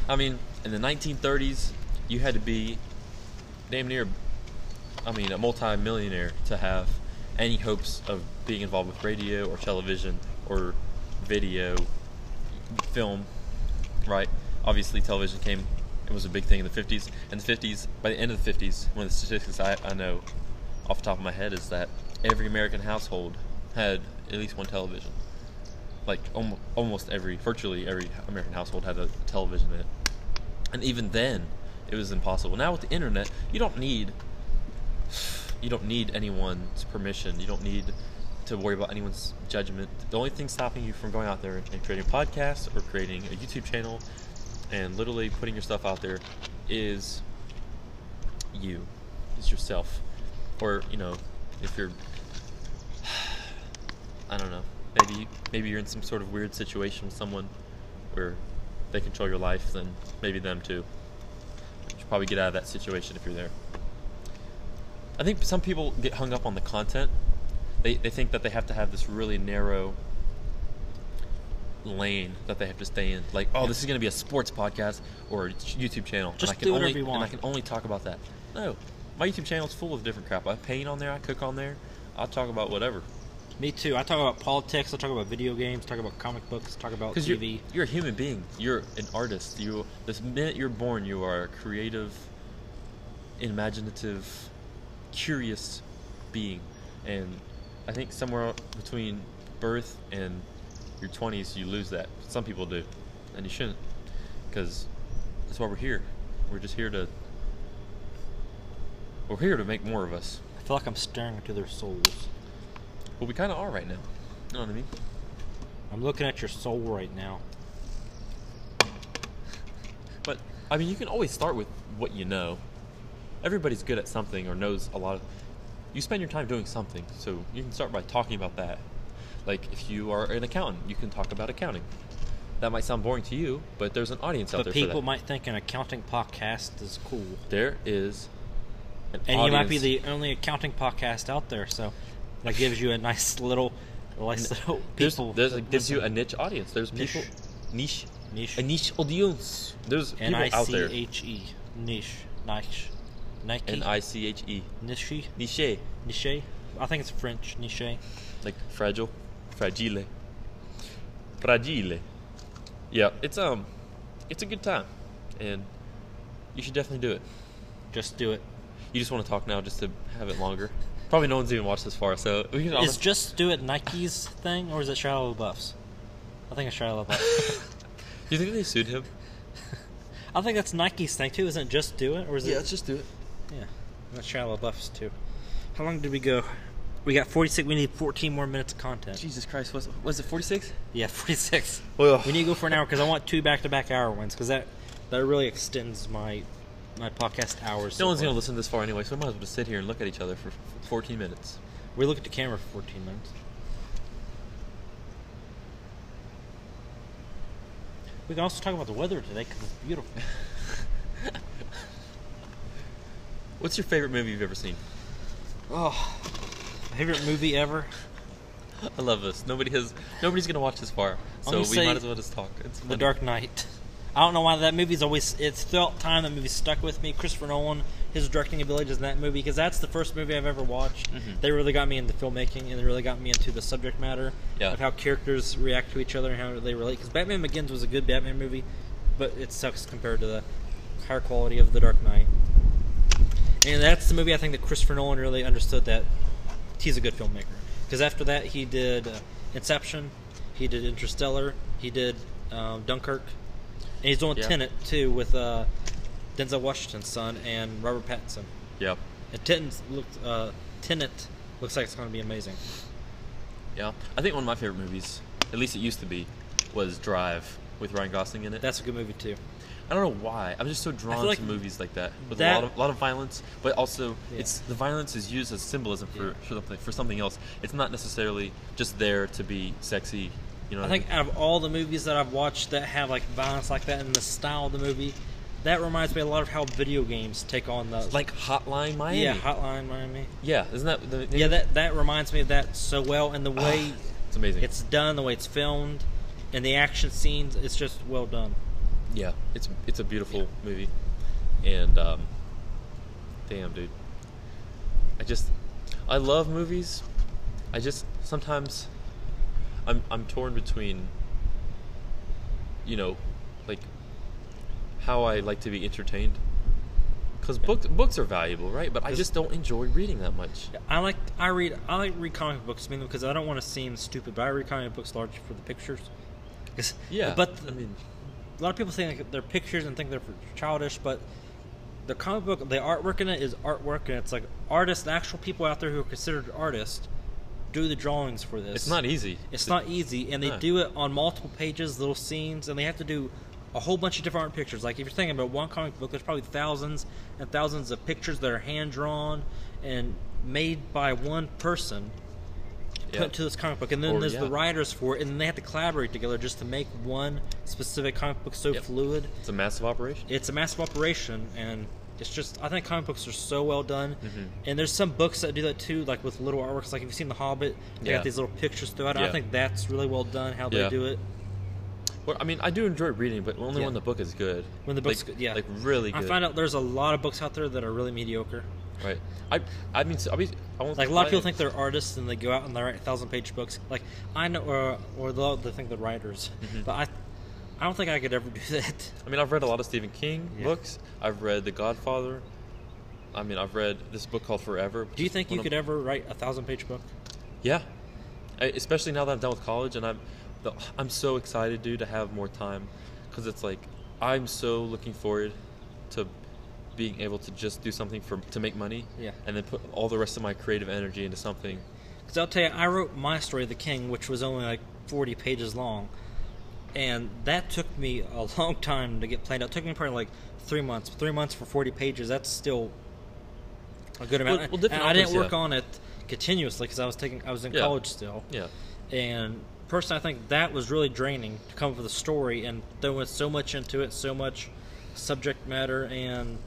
[SPEAKER 1] I mean, in the 1930s, you had to be damn near, I mean, a multi-millionaire to have any hopes of being involved with radio or television or video, film, right? Obviously, television came; it was a big thing in the 50s. In the 50s, by the end of the 50s, one of the statistics I, I know off the top of my head is that every American household had at least one television like almost, almost every, virtually every American household had a television in it. And even then, it was impossible. Now with the internet, you don't need, you don't need anyone's permission. You don't need to worry about anyone's judgment. The only thing stopping you from going out there and creating a podcast or creating a YouTube channel and literally putting your stuff out there is you, is yourself, or you know, if you're I don't know. Maybe maybe you're in some sort of weird situation with someone where they control your life, then maybe them too. You should probably get out of that situation if you're there. I think some people get hung up on the content. They they think that they have to have this really narrow lane that they have to stay in. Like, oh, this is going to be a sports podcast or a YouTube channel. and
[SPEAKER 2] Just
[SPEAKER 1] I can
[SPEAKER 2] do
[SPEAKER 1] only
[SPEAKER 2] whatever you
[SPEAKER 1] and I
[SPEAKER 2] want.
[SPEAKER 1] can only talk about that. No. My YouTube channel's full of different crap. I paint on there, I cook on there. I talk about whatever.
[SPEAKER 2] Me too. I talk about politics. I talk about video games. Talk about comic books. Talk about
[SPEAKER 1] Because you're,
[SPEAKER 2] TV.
[SPEAKER 1] you're a human being. You're an artist. You this minute you're born, you are a creative, imaginative, curious being, and I think somewhere between birth and your 20s, you lose that. Some people do, and you shouldn't, because that's why we're here. We're just here to. We're here to make more of us.
[SPEAKER 2] I feel like I'm staring into their souls.
[SPEAKER 1] But we kind of are right now. You know what I mean?
[SPEAKER 2] I'm looking at your soul right now.
[SPEAKER 1] But I mean, you can always start with what you know. Everybody's good at something or knows a lot of. You spend your time doing something, so you can start by talking about that. Like if you are an accountant, you can talk about accounting. That might sound boring to you, but there's an audience out
[SPEAKER 2] but
[SPEAKER 1] there
[SPEAKER 2] people
[SPEAKER 1] for that.
[SPEAKER 2] might think an accounting podcast is cool,
[SPEAKER 1] there is an
[SPEAKER 2] and you might be
[SPEAKER 1] audience-
[SPEAKER 2] the only accounting podcast out there. So that gives you a nice little, nice little
[SPEAKER 1] there's,
[SPEAKER 2] people.
[SPEAKER 1] there's
[SPEAKER 2] that
[SPEAKER 1] it gives you a
[SPEAKER 2] listen.
[SPEAKER 1] niche audience. There's
[SPEAKER 2] Niche.
[SPEAKER 1] people niche
[SPEAKER 2] Niche.
[SPEAKER 1] a niche audience. There's people out there.
[SPEAKER 2] N-I-C-H-E. E, Niche. Niche. Nike.
[SPEAKER 1] N i c h e
[SPEAKER 2] Niche.
[SPEAKER 1] niche
[SPEAKER 2] Niche. I think it's French. Niche.
[SPEAKER 1] like fragile, fragile, fragile. Yeah, it's um, it's a good time, and you should definitely do it.
[SPEAKER 2] Just do it.
[SPEAKER 1] You just want to talk now just to have it longer. Probably no one's even watched this far, so [laughs] we can.
[SPEAKER 2] Is just do it Nike's thing, or is it Shia LaBeouf's? I think it's Shia LaBeouf.
[SPEAKER 1] do you think they sued him?
[SPEAKER 2] I think that's Nike's thing too. Isn't it just do it, or is it?
[SPEAKER 1] just do it.
[SPEAKER 2] Yeah. That's Shia LaBeouf's too. How long did we go? We got 46. We need 14 more minutes of content.
[SPEAKER 1] Jesus Christ, was was it forty six?
[SPEAKER 2] Yeah, [laughs] 46.
[SPEAKER 1] Well,
[SPEAKER 2] We need to go for an hour because I want two back-to-back hour ones because that that really extends my my podcast hours.
[SPEAKER 1] No
[SPEAKER 2] so
[SPEAKER 1] one's
[SPEAKER 2] far.
[SPEAKER 1] gonna listen this far anyway, so we might as well just sit here and look at each other for fourteen minutes.
[SPEAKER 2] We look at the camera for 14 minutes. We can also talk about the weather today because it's beautiful.
[SPEAKER 1] What's your favorite movie you've ever seen?
[SPEAKER 2] Oh, favorite movie ever?
[SPEAKER 1] I love this. Nobody has. Nobody's gonna watch this far, so
[SPEAKER 2] gonna
[SPEAKER 1] we
[SPEAKER 2] say
[SPEAKER 1] might as well just talk. It's
[SPEAKER 2] The
[SPEAKER 1] funny.
[SPEAKER 2] Dark Knight. I don't know why that movie's always. It's throughout time that movie stuck with me. Christopher Nolan, his directing abilities in that movie, because that's the first movie I've ever watched.
[SPEAKER 1] Mhm.
[SPEAKER 2] They really got me into filmmaking, and they really got me into the subject matter
[SPEAKER 1] Yeah.
[SPEAKER 2] of how characters react to each other and how they relate. Because Batman Begins was a good Batman movie, but it sucks compared to the higher quality of The Dark Knight. And that's the movie I think that Christopher Nolan really understood that he's a good filmmaker. Because after that, he did uh, Inception, he did Interstellar, he did um, Dunkirk, and he's doing
[SPEAKER 1] Yeah.
[SPEAKER 2] Tenet too with uh, Denzel Washington's son and Robert Pattinson.
[SPEAKER 1] Yep.
[SPEAKER 2] And Tenet looks, uh, Tenet looks like it's going to be amazing.
[SPEAKER 1] Yeah. I think one of my favorite movies, at least it used to be, was Drive with Ryan Gosling in it.
[SPEAKER 2] That's a good movie too.
[SPEAKER 1] I don't know why. I'm just so drawn
[SPEAKER 2] like
[SPEAKER 1] to movies like that with
[SPEAKER 2] that-
[SPEAKER 1] a lot of, lot of violence, but also
[SPEAKER 2] Yeah.
[SPEAKER 1] it's the violence is used as symbolism for,
[SPEAKER 2] Yeah.
[SPEAKER 1] for something for something else. It's not necessarily just there to be sexy. You know.
[SPEAKER 2] I
[SPEAKER 1] What
[SPEAKER 2] think
[SPEAKER 1] I mean?
[SPEAKER 2] out of all the movies that I've watched that have like violence like that and the style of the movie, that reminds me a lot of how video games take on the
[SPEAKER 1] like Hotline Miami.
[SPEAKER 2] yeah Hotline Miami.
[SPEAKER 1] Yeah, Isn't that the
[SPEAKER 2] Yeah,
[SPEAKER 1] [sighs]
[SPEAKER 2] that that reminds me of that so well, and the way
[SPEAKER 1] It's amazing.
[SPEAKER 2] it's done, the way it's filmed, and the action scenes, it's just well done.
[SPEAKER 1] Yeah, it's it's a beautiful movie, and um, damn, dude, I just I love movies. I just sometimes I'm I'm torn between you know like how I like to be entertained because books books are valuable, right? But I
[SPEAKER 2] Is-
[SPEAKER 1] just don't enjoy reading that much.
[SPEAKER 2] I like I read I like read comic books mainly because I don't want to seem stupid, but I read comic books largely for the pictures. [laughs] 'Cause-
[SPEAKER 1] Yeah,
[SPEAKER 2] but
[SPEAKER 1] I mean,
[SPEAKER 2] a lot of people think they're pictures and think they're for childish, but the comic book, the artwork in it is artwork, and it's like artists, actual people out there who are considered artists, do the drawings for this.
[SPEAKER 1] it's not easy.
[SPEAKER 2] It's not easy, and they
[SPEAKER 1] No.
[SPEAKER 2] do it on multiple pages, little scenes, and they have to do a whole bunch of different pictures. Like if you're thinking about one comic book, there's probably thousands and thousands of pictures that are hand drawn and made by one person
[SPEAKER 1] Yeah.
[SPEAKER 2] put into this comic book, and then
[SPEAKER 1] Or,
[SPEAKER 2] there's
[SPEAKER 1] yeah.
[SPEAKER 2] the writers for it, and then they have to collaborate together just to make one specific comic book so
[SPEAKER 1] Yep.
[SPEAKER 2] fluid.
[SPEAKER 1] It's a massive operation.
[SPEAKER 2] It's a massive operation, and it's just I think comic books are so well done,
[SPEAKER 1] Mhm.
[SPEAKER 2] and there's some books that do that too, like with little artworks. Like if you've seen The Hobbit, they
[SPEAKER 1] Yeah.
[SPEAKER 2] got these little pictures throughout. it. I
[SPEAKER 1] Yeah.
[SPEAKER 2] think that's really well done how
[SPEAKER 1] Yeah.
[SPEAKER 2] they do it.
[SPEAKER 1] Well, I mean, I do enjoy reading, but only
[SPEAKER 2] Yeah.
[SPEAKER 1] when the book is good.
[SPEAKER 2] When the book's
[SPEAKER 1] Like-
[SPEAKER 2] good, yeah.
[SPEAKER 1] like really good.
[SPEAKER 2] I find out there's a lot of books out there that are really mediocre.
[SPEAKER 1] Right. I I mean I, mean, I won't
[SPEAKER 2] Like a lot of people
[SPEAKER 1] complain.
[SPEAKER 2] think they're artists and they go out and they write thousand page books. Like I know, or, or they'll- they think they're writers,
[SPEAKER 1] Mm-hmm.
[SPEAKER 2] but I, I don't think I could ever [laughs] do that.
[SPEAKER 1] I mean I've read a lot of Stephen King
[SPEAKER 2] Yeah.
[SPEAKER 1] books. I've read The Godfather. I mean I've read this book called Forever.
[SPEAKER 2] Do you think you could
[SPEAKER 1] ever?
[SPEAKER 2] ever write a thousand page book?
[SPEAKER 1] Yeah. I, especially now that I'm done with college and I'm the, I'm so excited dude to have more time cuz it's like I'm so looking forward to being able to just do something for to make money
[SPEAKER 2] Yeah.
[SPEAKER 1] and then put all the rest of my creative energy into something.
[SPEAKER 2] Because I'll tell you, I wrote my story of the king, which was only like 40 pages long, and that took me a [laughs] long time to get planned out. It took me probably like three months. Three months for 40 pages, that's still a good amount.
[SPEAKER 1] Well- well, different
[SPEAKER 2] And I didn't
[SPEAKER 1] authors,
[SPEAKER 2] work
[SPEAKER 1] yeah.
[SPEAKER 2] on it continuously because I was taking, I was in
[SPEAKER 1] Yeah.
[SPEAKER 2] college still,
[SPEAKER 1] Yeah.
[SPEAKER 2] and personally, I think that was really draining to come up with a story and throwing so much into it, so much subject matter and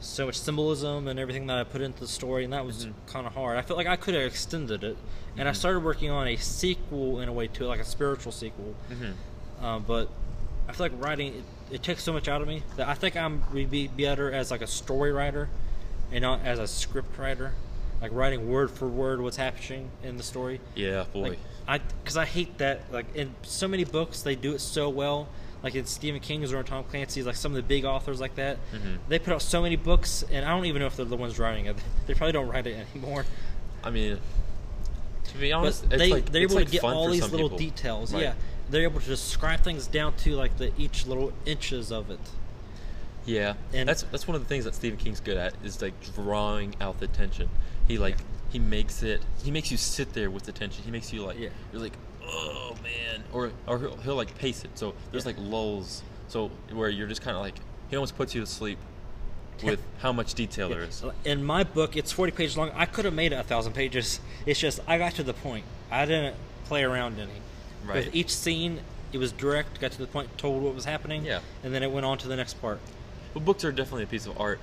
[SPEAKER 2] so much symbolism and everything that I put into the story, and that was kind of hard. I felt like I could have extended it, and I started working on a sequel in a way too, like a spiritual sequel. Uh, but I feel like writing it, it takes so much out of me that I think I'm would be better as like a story writer, and not as a script writer, like writing word for word what's happening in the story.
[SPEAKER 1] Yeah, boy.
[SPEAKER 2] Like, I because I hate that. Like in so many books, they do it so well. Like in Stephen King's or in Tom Clancy's, like some of the big authors like that,
[SPEAKER 1] Mhm.
[SPEAKER 2] they put out so many books, and I don't even know if they're the ones writing it. [laughs] They probably don't write it anymore.
[SPEAKER 1] I mean, to be
[SPEAKER 2] But
[SPEAKER 1] honest, it's
[SPEAKER 2] they
[SPEAKER 1] like,
[SPEAKER 2] they're
[SPEAKER 1] it's
[SPEAKER 2] able
[SPEAKER 1] like
[SPEAKER 2] to get
[SPEAKER 1] fun
[SPEAKER 2] all
[SPEAKER 1] for
[SPEAKER 2] these
[SPEAKER 1] some
[SPEAKER 2] little
[SPEAKER 1] people.
[SPEAKER 2] details.
[SPEAKER 1] Like,
[SPEAKER 2] Yeah, they're able to describe things down to like the each little inches of it.
[SPEAKER 1] Yeah,
[SPEAKER 2] And-
[SPEAKER 1] that's that's one of the things that Stephen King's good at is like drawing out the tension. He like
[SPEAKER 2] Yeah.
[SPEAKER 1] he makes it. He makes you sit there with the tension. He makes you like
[SPEAKER 2] Yeah.
[SPEAKER 1] you're like oh man, or or he'll, he'll like pace it. So there's
[SPEAKER 2] Yeah.
[SPEAKER 1] like lulls. So where you're just kind of like he almost puts you to sleep with how much detail there is.
[SPEAKER 2] In my book, it's 40 pages long. I could have made it a thousand pages. It's just I got to the point. I didn't play around any.
[SPEAKER 1] Right.
[SPEAKER 2] With each scene, it was direct, got to the point, told what was happening.
[SPEAKER 1] Yeah.
[SPEAKER 2] And then it went on to the next part.
[SPEAKER 1] But books are definitely a piece of art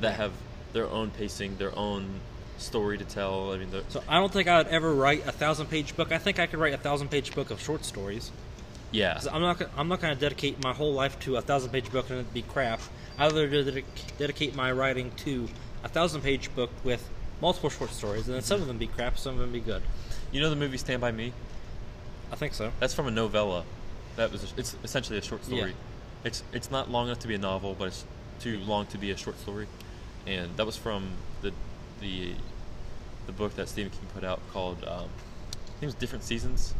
[SPEAKER 1] that have their own pacing, their own story to tell. I mean, they're-
[SPEAKER 2] So I don't think I would ever write a thousand page book. I think I could write a thousand page book of short stories.
[SPEAKER 1] yeah,
[SPEAKER 2] 'Cause I'm not gonna- I'm not going to dedicate my whole life to a thousand page book and it'd be crap. I'd rather dedic- dedicate my writing to a thousand page book with multiple short stories, and then some of them be crap, some of them be good.
[SPEAKER 1] you know the movie Stand by Me.
[SPEAKER 2] I think so.
[SPEAKER 1] That's from a novella. That was it's essentially a short story.
[SPEAKER 2] Yeah.
[SPEAKER 1] It's it's not long enough to be a novel, but it's too long to be a short story. And that was from the the the book that Stephen King put out called um, I think it was Different Seasons.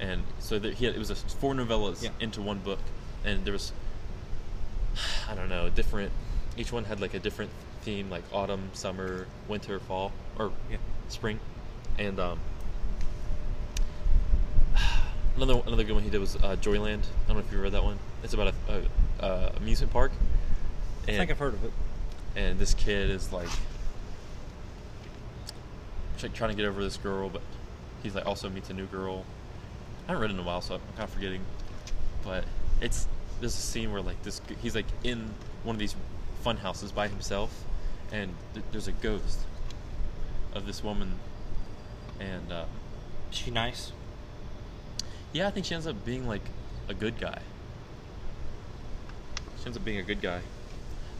[SPEAKER 1] And so there, he had, it was a, four novellas
[SPEAKER 2] Yeah.
[SPEAKER 1] into one book, and there was [sighs] I don't know different. Each one had like a different theme, like autumn, summer, winter, fall, or
[SPEAKER 2] Yeah.
[SPEAKER 1] spring, and um, another another good one he did was uh, Joyland. I don't know if you read that one. It's about a, a, a amusement park,
[SPEAKER 2] I
[SPEAKER 1] and
[SPEAKER 2] think I've heard of it.
[SPEAKER 1] and this kid is like tr- trying to get over this girl, but he's like also meets a new girl. I haven't read it in a while, so I'm kind of forgetting. But it's there's a scene where like this g- he's like in one of these fun houses by himself, and th- there's a ghost of this woman, and uh,
[SPEAKER 2] Is she nice?
[SPEAKER 1] yeah, I think she ends up being like a good guy. She ends up being a good guy.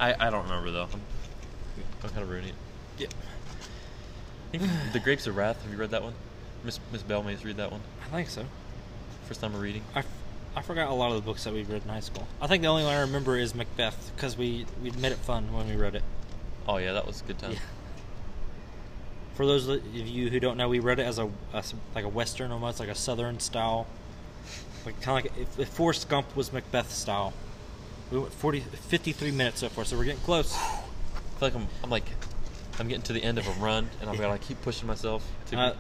[SPEAKER 1] I, I don't remember though. I'm, I'm kind of ruining it.
[SPEAKER 2] Yeah.
[SPEAKER 1] I think The Grapes of Wrath. Have you read that one? Miss Miss Bell made us read that one.
[SPEAKER 2] I think so.
[SPEAKER 1] First time we're reading.
[SPEAKER 2] I, f- I forgot a lot of the books that we read in high school. I think the only one I remember is Macbeth because we we made it fun when we read it.
[SPEAKER 1] Oh yeah, that was a good time.
[SPEAKER 2] Yeah. For those of you who don't know, we read it as a, as like a western, almost like a southern style, like kind of like if, if Forrest Gump was Macbeth style. We went 40, 53 minutes so far, so we're getting close.
[SPEAKER 1] I feel like I'm, I'm like I'm getting to the end of a run, and I'm
[SPEAKER 2] Yeah.
[SPEAKER 1] gonna keep pushing myself. To
[SPEAKER 2] Uh,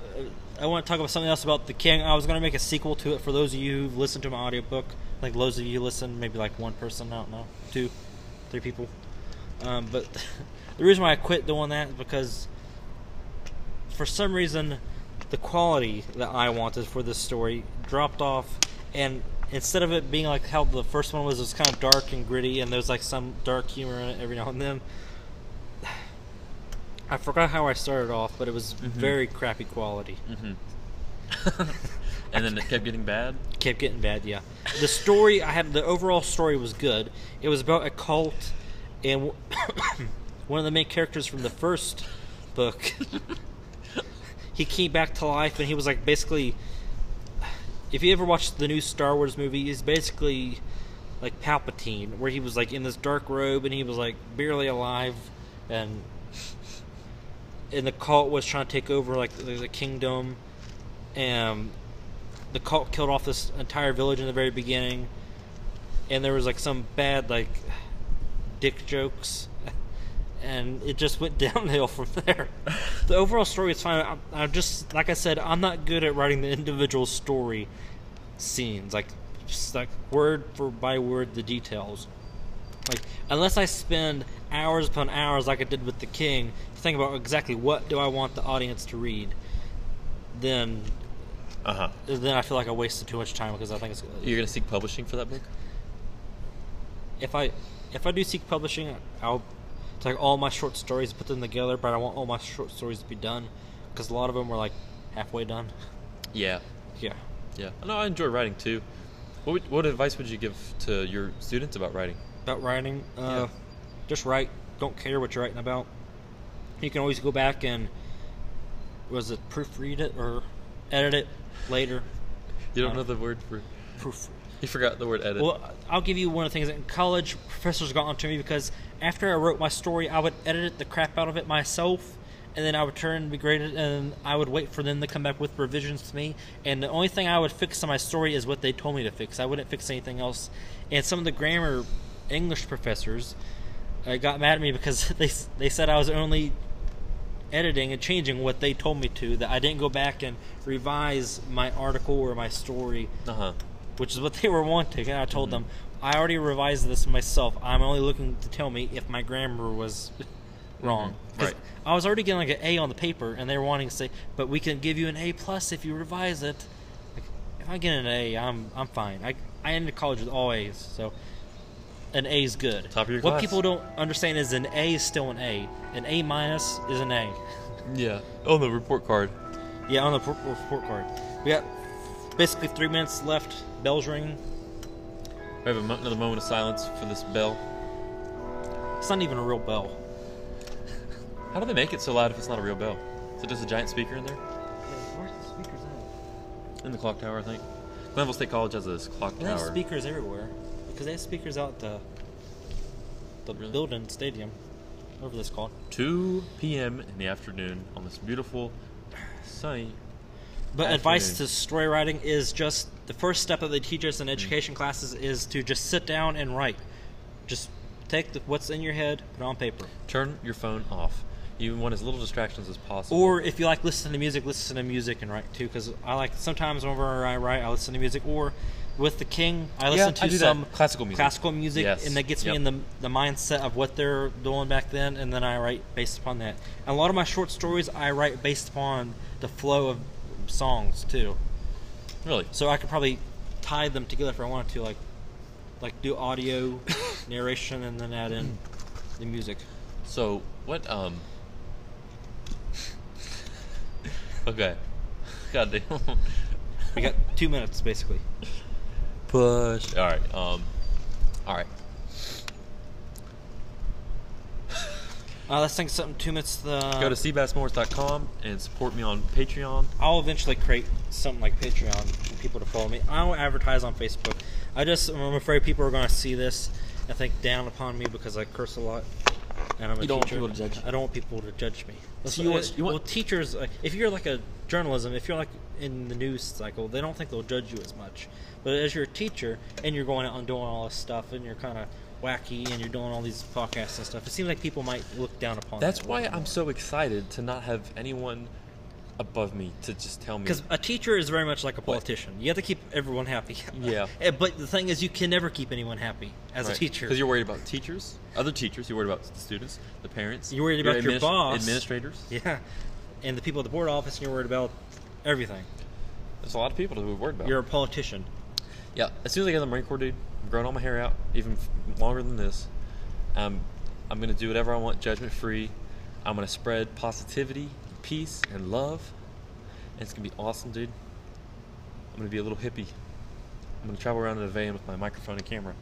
[SPEAKER 2] I want to talk about something else about the king. I was going to make a sequel to it for those of you who've listened to my audiobook. I think those of you who listen, maybe like one person, I don't know, two, three people. Um, but [laughs] the reason why I quit doing that is because for some reason the quality that I wanted for this story dropped off, and instead of it being like how the first one was, it was kind of dark and gritty, and there was like some dark humor in it every now and then. I forgot how I started off, but it was very crappy quality.
[SPEAKER 1] mm-hmm. [laughs] and then it kept getting bad.
[SPEAKER 2] Kept getting bad, yeah. The story I had, the overall story was good. It was about a cult, and w- [coughs] one of the main characters from the first book, [laughs] he came back to life, and he was like basically. If you ever watched the new Star Wars movie, he's basically like Palpatine, where he was like in this dark robe and he was like barely alive, and and the cult was trying to take over like the, the kingdom, and the cult killed off this entire village in the very beginning, and there was like some bad like dick jokes, and it just went [laughs] downhill from there. the overall story is fine. I'm, I'm just like I said, I'm not good at writing the individual story scenes, like just like word for by word the details. Like unless I spend hours upon hours, like I did with the King, to think about exactly what do I want the audience to read, then
[SPEAKER 1] Uh huh.
[SPEAKER 2] Then I feel like I wasted too much time because I think it's.
[SPEAKER 1] You're gonna seek publishing for that book?
[SPEAKER 2] if I if I do seek publishing, I'll take all my short stories, put them together. But I want all my short stories to be done because a lot of them were like halfway done.
[SPEAKER 1] Yeah.
[SPEAKER 2] Yeah.
[SPEAKER 1] Yeah. No, I enjoy writing too. What would, what advice would you give to your students about writing?
[SPEAKER 2] About writing, uh,
[SPEAKER 1] Yeah.
[SPEAKER 2] just write. Don't care what you're writing about. You can always go back and was it proofread it or edit it later.
[SPEAKER 1] You don't
[SPEAKER 2] Uh,
[SPEAKER 1] know the word for.
[SPEAKER 2] Proofread.
[SPEAKER 1] You forgot the word edit.
[SPEAKER 2] Well, I'll give you one of the things. In college, professors got onto me because after I wrote my story, I would edit the crap out of it myself, and then I would turn and be graded, and I would wait for them to come back with revisions to me. And the only thing I would fix on my story is what they told me to fix. I wouldn't fix anything else. And some of the grammar English professors uh, got mad at me because [laughs] they s- they said I was only editing and changing what they told me to. That I didn't go back and revise my article or my story
[SPEAKER 1] uh huh.
[SPEAKER 2] which is what they were wanting. And I told them,
[SPEAKER 1] Mm-hmm.
[SPEAKER 2] I already revised this myself. I'm only looking to tell me if my grammar was wrong.
[SPEAKER 1] Mm-hmm.
[SPEAKER 2] 'Cause
[SPEAKER 1] Right.
[SPEAKER 2] I was already getting like an A on the paper, and they were wanting to say, but we can give you an A plus if you revise it. Like, if I get an A, I'm I'm fine. I I ended college with all A's, so an A is good.
[SPEAKER 1] Top of your
[SPEAKER 2] what
[SPEAKER 1] class.
[SPEAKER 2] people don't understand is an A is still an A. An A minus is an A.
[SPEAKER 1] Yeah. Oh, the report card.
[SPEAKER 2] Yeah, on the pro- report card. We got basically three minutes left. Bells ringing.
[SPEAKER 1] We have a mo- another moment of silence for this bell.
[SPEAKER 2] It's not even a real bell.
[SPEAKER 1] How do they make it so loud if it's not a real bell? Is it just a giant speaker in there?
[SPEAKER 2] Where's the speakers at?
[SPEAKER 1] In the clock tower, I think. Glenville State College has this clock
[SPEAKER 2] They have
[SPEAKER 1] tower.
[SPEAKER 2] speakers everywhere. Because they have speakers out the the
[SPEAKER 1] Really?
[SPEAKER 2] building, stadium, whatever this called.
[SPEAKER 1] 2 p.m. in the afternoon on this beautiful, sunny.
[SPEAKER 2] But
[SPEAKER 1] Afternoon.
[SPEAKER 2] advice to story writing is just the first step that they teach us in education classes is to just sit down and write. Just take the, what's in your head, put it on paper.
[SPEAKER 1] Turn your phone off. You want as little distractions as possible.
[SPEAKER 2] Or if you like listening to music, listen to music and write too. Because I like sometimes whenever I write, I listen to music. Or with the King, I listen to
[SPEAKER 1] I do that.
[SPEAKER 2] some
[SPEAKER 1] Classical music.
[SPEAKER 2] classical music,
[SPEAKER 1] Yes.
[SPEAKER 2] and that gets
[SPEAKER 1] Yep.
[SPEAKER 2] me in the the mindset of what they're doing back then, and then I write based upon that. And a lot of my short stories I write based upon the flow of songs too.
[SPEAKER 1] really.
[SPEAKER 2] So I could probably tie them together if I wanted to, like like
[SPEAKER 1] [laughs]
[SPEAKER 2] do audio narration and then add in the music.
[SPEAKER 1] So what? Um. [laughs] okay. [laughs] God damn.
[SPEAKER 2] We got two minutes basically.
[SPEAKER 1] Push. All right. Um. All right.
[SPEAKER 2] Uh, let's think something two minutes. uh, The
[SPEAKER 1] Go to seabassmores.com and support me on Patreon.
[SPEAKER 2] I'll eventually create something like Patreon for people to follow me. I don't advertise on Facebook. I just I'm afraid people are going to see this and think down upon me because I curse a lot. And I'm a
[SPEAKER 1] You don't want
[SPEAKER 2] teacher.
[SPEAKER 1] people to judge.
[SPEAKER 2] I don't want people to judge me.
[SPEAKER 1] So you want- you want-
[SPEAKER 2] well, teachers, like, if you're like a journalism, if you're like in the news cycle, they don't think they'll judge you as much. But as you're a teacher and you're going out and doing all this stuff and you're kind of wacky and you're doing all these podcasts and stuff, it seems like people might look down upon.
[SPEAKER 1] That's
[SPEAKER 2] that a
[SPEAKER 1] why
[SPEAKER 2] little
[SPEAKER 1] I'm
[SPEAKER 2] more.
[SPEAKER 1] so excited to not have anyone above me to just tell me.
[SPEAKER 2] Because a teacher is very much like a politician. You have to keep everyone happy. [laughs]
[SPEAKER 1] Yeah.
[SPEAKER 2] Eh, but the thing is, you can never keep anyone happy as a teacher.
[SPEAKER 1] Because you're worried about teachers, other teachers. You're worried about the students, the parents.
[SPEAKER 2] You're worried about your boss.
[SPEAKER 1] administrators.
[SPEAKER 2] yeah, and the people at the board office, and you're worried about everything.
[SPEAKER 1] There's a lot of people to be worried about.
[SPEAKER 2] You're a politician.
[SPEAKER 1] Yeah, as soon as I get in the Marine Corps, dude, I'm growing all my hair out, even f- longer than this. Um, I'm gonna do whatever I want, judgment free. I'm gonna spread positivity, peace, and love. And it's gonna be awesome, dude. I'm gonna be a little hippie. I'm gonna travel around in a van with my microphone and camera,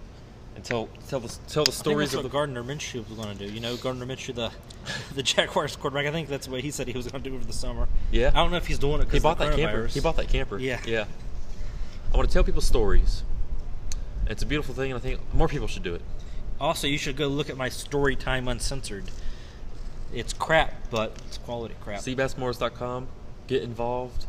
[SPEAKER 1] and tell tell the tell the
[SPEAKER 2] Stories
[SPEAKER 1] stories
[SPEAKER 2] I think that's
[SPEAKER 1] of
[SPEAKER 2] what
[SPEAKER 1] the.
[SPEAKER 2] Gardner Minshew was going to do. You know, Gardner Minshew, the [laughs] the Jaguars quarterback. I think that's what he said he was going to do over the summer.
[SPEAKER 1] Yeah.
[SPEAKER 2] I don't know if he's doing
[SPEAKER 1] He
[SPEAKER 2] it because
[SPEAKER 1] bought that camper. He bought that camper.
[SPEAKER 2] Yeah.
[SPEAKER 1] Yeah. I want to tell people stories. It's a beautiful thing, and I think more people should do it.
[SPEAKER 2] Also, you should go look at my story time uncensored. It's crap, but it's quality crap.
[SPEAKER 1] Seabassmores.com. Get involved.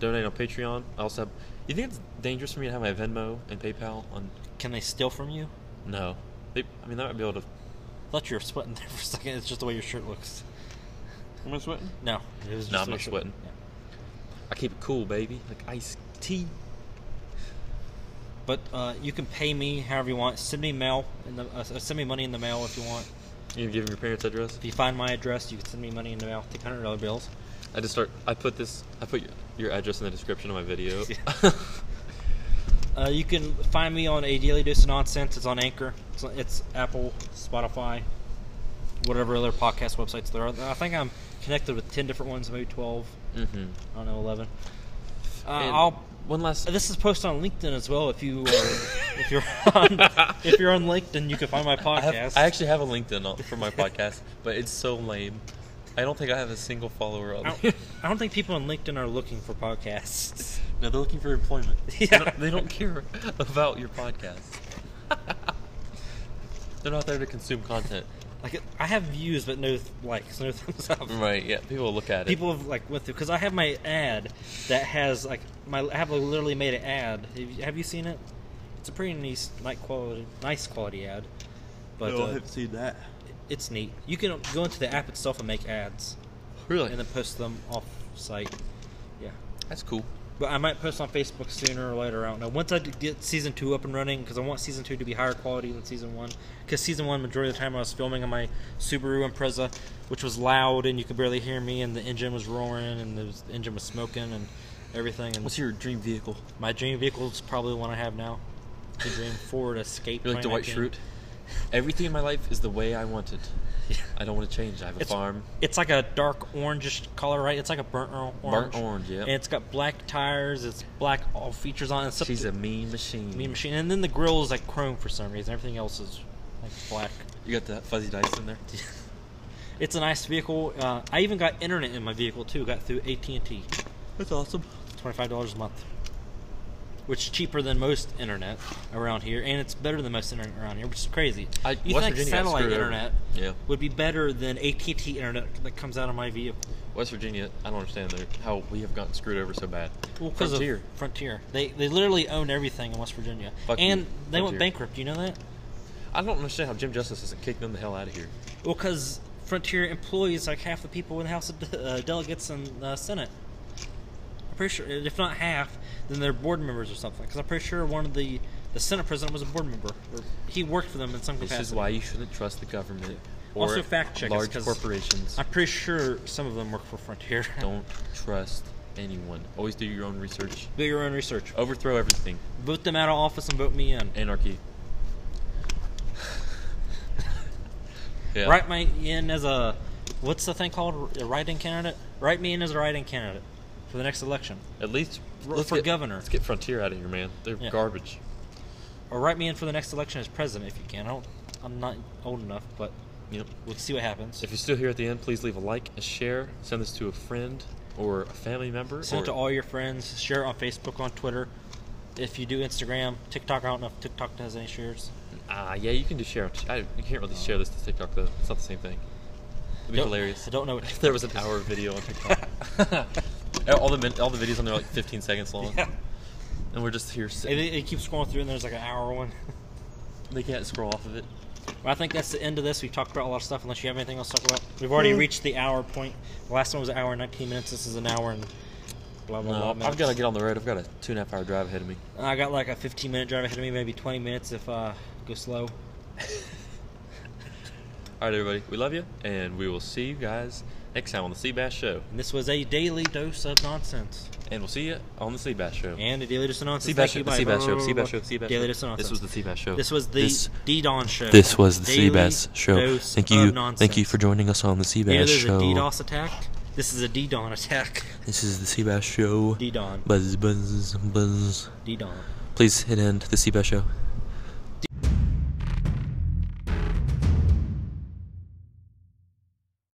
[SPEAKER 1] Donate on Patreon. I also have. You think it's dangerous for me to have my Venmo and PayPal on?
[SPEAKER 2] Can they steal from you?
[SPEAKER 1] No. They, I mean, they might be able to.
[SPEAKER 2] thought you were sweating [laughs] there for a second. It's just the way your shirt looks.
[SPEAKER 1] Am I sweating?
[SPEAKER 2] No, it was just
[SPEAKER 1] No, I'm
[SPEAKER 2] the way
[SPEAKER 1] not
[SPEAKER 2] your-
[SPEAKER 1] sweating. I keep it cool, baby. Like iced tea.
[SPEAKER 2] yeah. But uh, you can pay me however you want. Send me mail in the uh, send me money in the mail if you want.
[SPEAKER 1] You can give them your parents' address.
[SPEAKER 2] If you find my address, you can send me money in the mail. Take hundred dollar bills.
[SPEAKER 1] I just start. I put this. I put your, your address in the description of my video. [laughs] Mm-hmm.
[SPEAKER 2] Yeah. Uh, you can find me on a daily dose of nonsense. It's on Anchor. It's, it's Apple, Spotify, whatever other podcast websites there are. I think I'm connected with ten different ones, maybe twelve.
[SPEAKER 1] mm-hmm.
[SPEAKER 2] I don't know, eleven. Uh,
[SPEAKER 1] And
[SPEAKER 2] I'll.
[SPEAKER 1] one last.
[SPEAKER 2] This is posted on LinkedIn as well. If you are, if you're [laughs] on, if you're on LinkedIn, you can find my
[SPEAKER 1] I,
[SPEAKER 2] podcast.
[SPEAKER 1] have, I actually have a LinkedIn on- for my [laughs] podcast, but it's so lame. I don't think I have a single follower on.
[SPEAKER 2] I don't, I don't think people on LinkedIn are looking for podcasts.
[SPEAKER 1] No, they're looking for [laughs] employment. They,
[SPEAKER 2] Yeah.
[SPEAKER 1] don't, they don't care about your [laughs] podcast. they're not there to consume content.
[SPEAKER 2] Like I have views, but no th- likes, no thumbs up.
[SPEAKER 1] Right, yeah. People will look at it.
[SPEAKER 2] People have like went through because I have my ad that has like my I have literally made an ad. Have you, have you seen it? It's a pretty nice, nice quality, nice quality ad. But uh,
[SPEAKER 1] seen that.
[SPEAKER 2] it's neat. You can go into the app itself and make ads,
[SPEAKER 1] Really?
[SPEAKER 2] and then post them off site. Yeah,
[SPEAKER 1] That's cool.
[SPEAKER 2] but I might post on Facebook sooner or later. I don't know. Once I d- get season two up and running, because I want season two to be higher quality than season one. Because season one, majority of the time, I was filming on my Subaru Impreza, which was loud and you could barely hear me, and the engine was roaring, and the s- engine was smoking, and everything. And
[SPEAKER 1] What's your dream vehicle?
[SPEAKER 2] my dream vehicle is probably the one I have now. The dream Ford
[SPEAKER 1] [laughs]
[SPEAKER 2] Escape.
[SPEAKER 1] You're like Dwight
[SPEAKER 2] 2019.
[SPEAKER 1] Schrute. Everything in my life is the way I want it. I don't want to change. I have a
[SPEAKER 2] It's-
[SPEAKER 1] farm.
[SPEAKER 2] It's like a dark orangish color, right? It's like a burnt or- orange.
[SPEAKER 1] Burnt orange, yeah.
[SPEAKER 2] And it's got black tires. It's black all features on it. except
[SPEAKER 1] She's
[SPEAKER 2] the-
[SPEAKER 1] a mean machine.
[SPEAKER 2] mean machine, and then the grill is like chrome for some reason. Everything else is like black.
[SPEAKER 1] You got that fuzzy dice in there?
[SPEAKER 2] It's a nice vehicle. Uh, I even got internet in my vehicle too. Got through AT and T,
[SPEAKER 1] That's awesome.
[SPEAKER 2] twenty five dollars a month, which is cheaper than most internet around here, and it's better than most internet around here, which is crazy.
[SPEAKER 1] I,
[SPEAKER 2] you
[SPEAKER 1] West
[SPEAKER 2] think
[SPEAKER 1] Virginia got
[SPEAKER 2] satellite
[SPEAKER 1] screwed over.
[SPEAKER 2] internet
[SPEAKER 1] Yeah.
[SPEAKER 2] would be better than AT and T internet that comes out of my vehicle?
[SPEAKER 1] West Virginia, I don't understand their, how we have gotten screwed over so bad.
[SPEAKER 2] Well, because of
[SPEAKER 1] Frontier.
[SPEAKER 2] Frontier, they they literally own everything in West Virginia,
[SPEAKER 1] Fuck you,
[SPEAKER 2] and they
[SPEAKER 1] Frontier.
[SPEAKER 2] went bankrupt. You know that?
[SPEAKER 1] I don't understand how Jim Justice hasn't kicked them the hell out of here.
[SPEAKER 2] Well, because Frontier employs like half the people in the House of De- uh, Delegates and uh, Senate. I'm pretty sure, if not half, then they're board members or something. Because I'm pretty sure one of the the Senate president was a board member. Or he worked for them in some
[SPEAKER 1] This
[SPEAKER 2] capacity.
[SPEAKER 1] is why you shouldn't trust the government or
[SPEAKER 2] Also fact check us,
[SPEAKER 1] large
[SPEAKER 2] 'cause
[SPEAKER 1] corporations.
[SPEAKER 2] I'm pretty sure some of them work for Frontier. [laughs]
[SPEAKER 1] Don't trust anyone. Always do your own research.
[SPEAKER 2] Do your own research.
[SPEAKER 1] Overthrow everything.
[SPEAKER 2] Vote them out of office and vote me in.
[SPEAKER 1] Anarchy. [sighs] yeah.
[SPEAKER 2] Write me in as a what's the thing called? A write-in candidate. Write me in as a write-in candidate for the next election,
[SPEAKER 1] At least
[SPEAKER 2] For- for
[SPEAKER 1] get,
[SPEAKER 2] governor.
[SPEAKER 1] Let's get Frontier out of here, man. They're
[SPEAKER 2] Yeah.
[SPEAKER 1] garbage.
[SPEAKER 2] or write me in for the next election as president if you can. I don't. I'm not old enough, but
[SPEAKER 1] Yep.
[SPEAKER 2] we'll see what happens.
[SPEAKER 1] If you're still here at the end, please leave a like, a share, send this to a friend or a family member.
[SPEAKER 2] Send
[SPEAKER 1] or-
[SPEAKER 2] it to all your friends. Share it on Facebook, on Twitter. If you do Instagram, TikTok, I don't know if TikTok has any shares.
[SPEAKER 1] Ah, yeah, you can do share. I, you can't really share this to TikTok though. It's not the same thing. It'd be
[SPEAKER 2] Don't-
[SPEAKER 1] hilarious.
[SPEAKER 2] I don't know what
[SPEAKER 1] if [laughs] there was an hour video on [laughs] TikTok. all the min- all the videos on there are like 15 seconds long,
[SPEAKER 2] Yeah.
[SPEAKER 1] and we're just here.
[SPEAKER 2] It,
[SPEAKER 1] Sitting.
[SPEAKER 2] it keeps scrolling through, and there's like an hour one. [laughs]
[SPEAKER 1] They can't scroll off of it.
[SPEAKER 2] Well, I think that's the end of this. We've talked about a lot of stuff. Unless you have anything else to talk about, we've already reached the hour point. The last one was an hour and 19 minutes. This is an hour and blah blah blah.
[SPEAKER 1] No, Um, I've got to get on the road. I've got a two and a half hour drive ahead of me.
[SPEAKER 2] On. I got like a 15 minute drive ahead of me, maybe 20 minutes if uh go slow.
[SPEAKER 1] All right, everybody, we love you, and we will see you guys next time on the Sea Bass Show,
[SPEAKER 2] And this was a daily dose of nonsense.
[SPEAKER 1] and we'll see you on the Sea Bass Show.
[SPEAKER 2] And a daily dose of nonsense.
[SPEAKER 1] Sea Bass
[SPEAKER 2] Thank
[SPEAKER 1] Show,
[SPEAKER 2] you,
[SPEAKER 1] the
[SPEAKER 2] bye.
[SPEAKER 1] Sea Bass Show,
[SPEAKER 2] Blah,
[SPEAKER 1] Sea
[SPEAKER 2] blah,
[SPEAKER 1] Bass Show,
[SPEAKER 2] blah.
[SPEAKER 1] Sea Bass
[SPEAKER 2] Daily
[SPEAKER 1] Show.
[SPEAKER 2] dose of nonsense.
[SPEAKER 1] This was the Sea Bass Show.
[SPEAKER 2] This was the
[SPEAKER 1] This-
[SPEAKER 2] D Don show.
[SPEAKER 1] This was the
[SPEAKER 2] Daily
[SPEAKER 1] Seabass show.
[SPEAKER 2] dose
[SPEAKER 1] Thank
[SPEAKER 2] of
[SPEAKER 1] you.
[SPEAKER 2] nonsense.
[SPEAKER 1] Thank you for joining us on the
[SPEAKER 2] Either
[SPEAKER 1] Seabass
[SPEAKER 2] there's
[SPEAKER 1] show.
[SPEAKER 2] a DDoS attack. This is a D Don attack. [laughs]
[SPEAKER 1] This is the Seabass show.
[SPEAKER 2] D Don.
[SPEAKER 1] Buzz, buzz, buzz.
[SPEAKER 2] D Don.
[SPEAKER 1] Please hit end the Seabass show.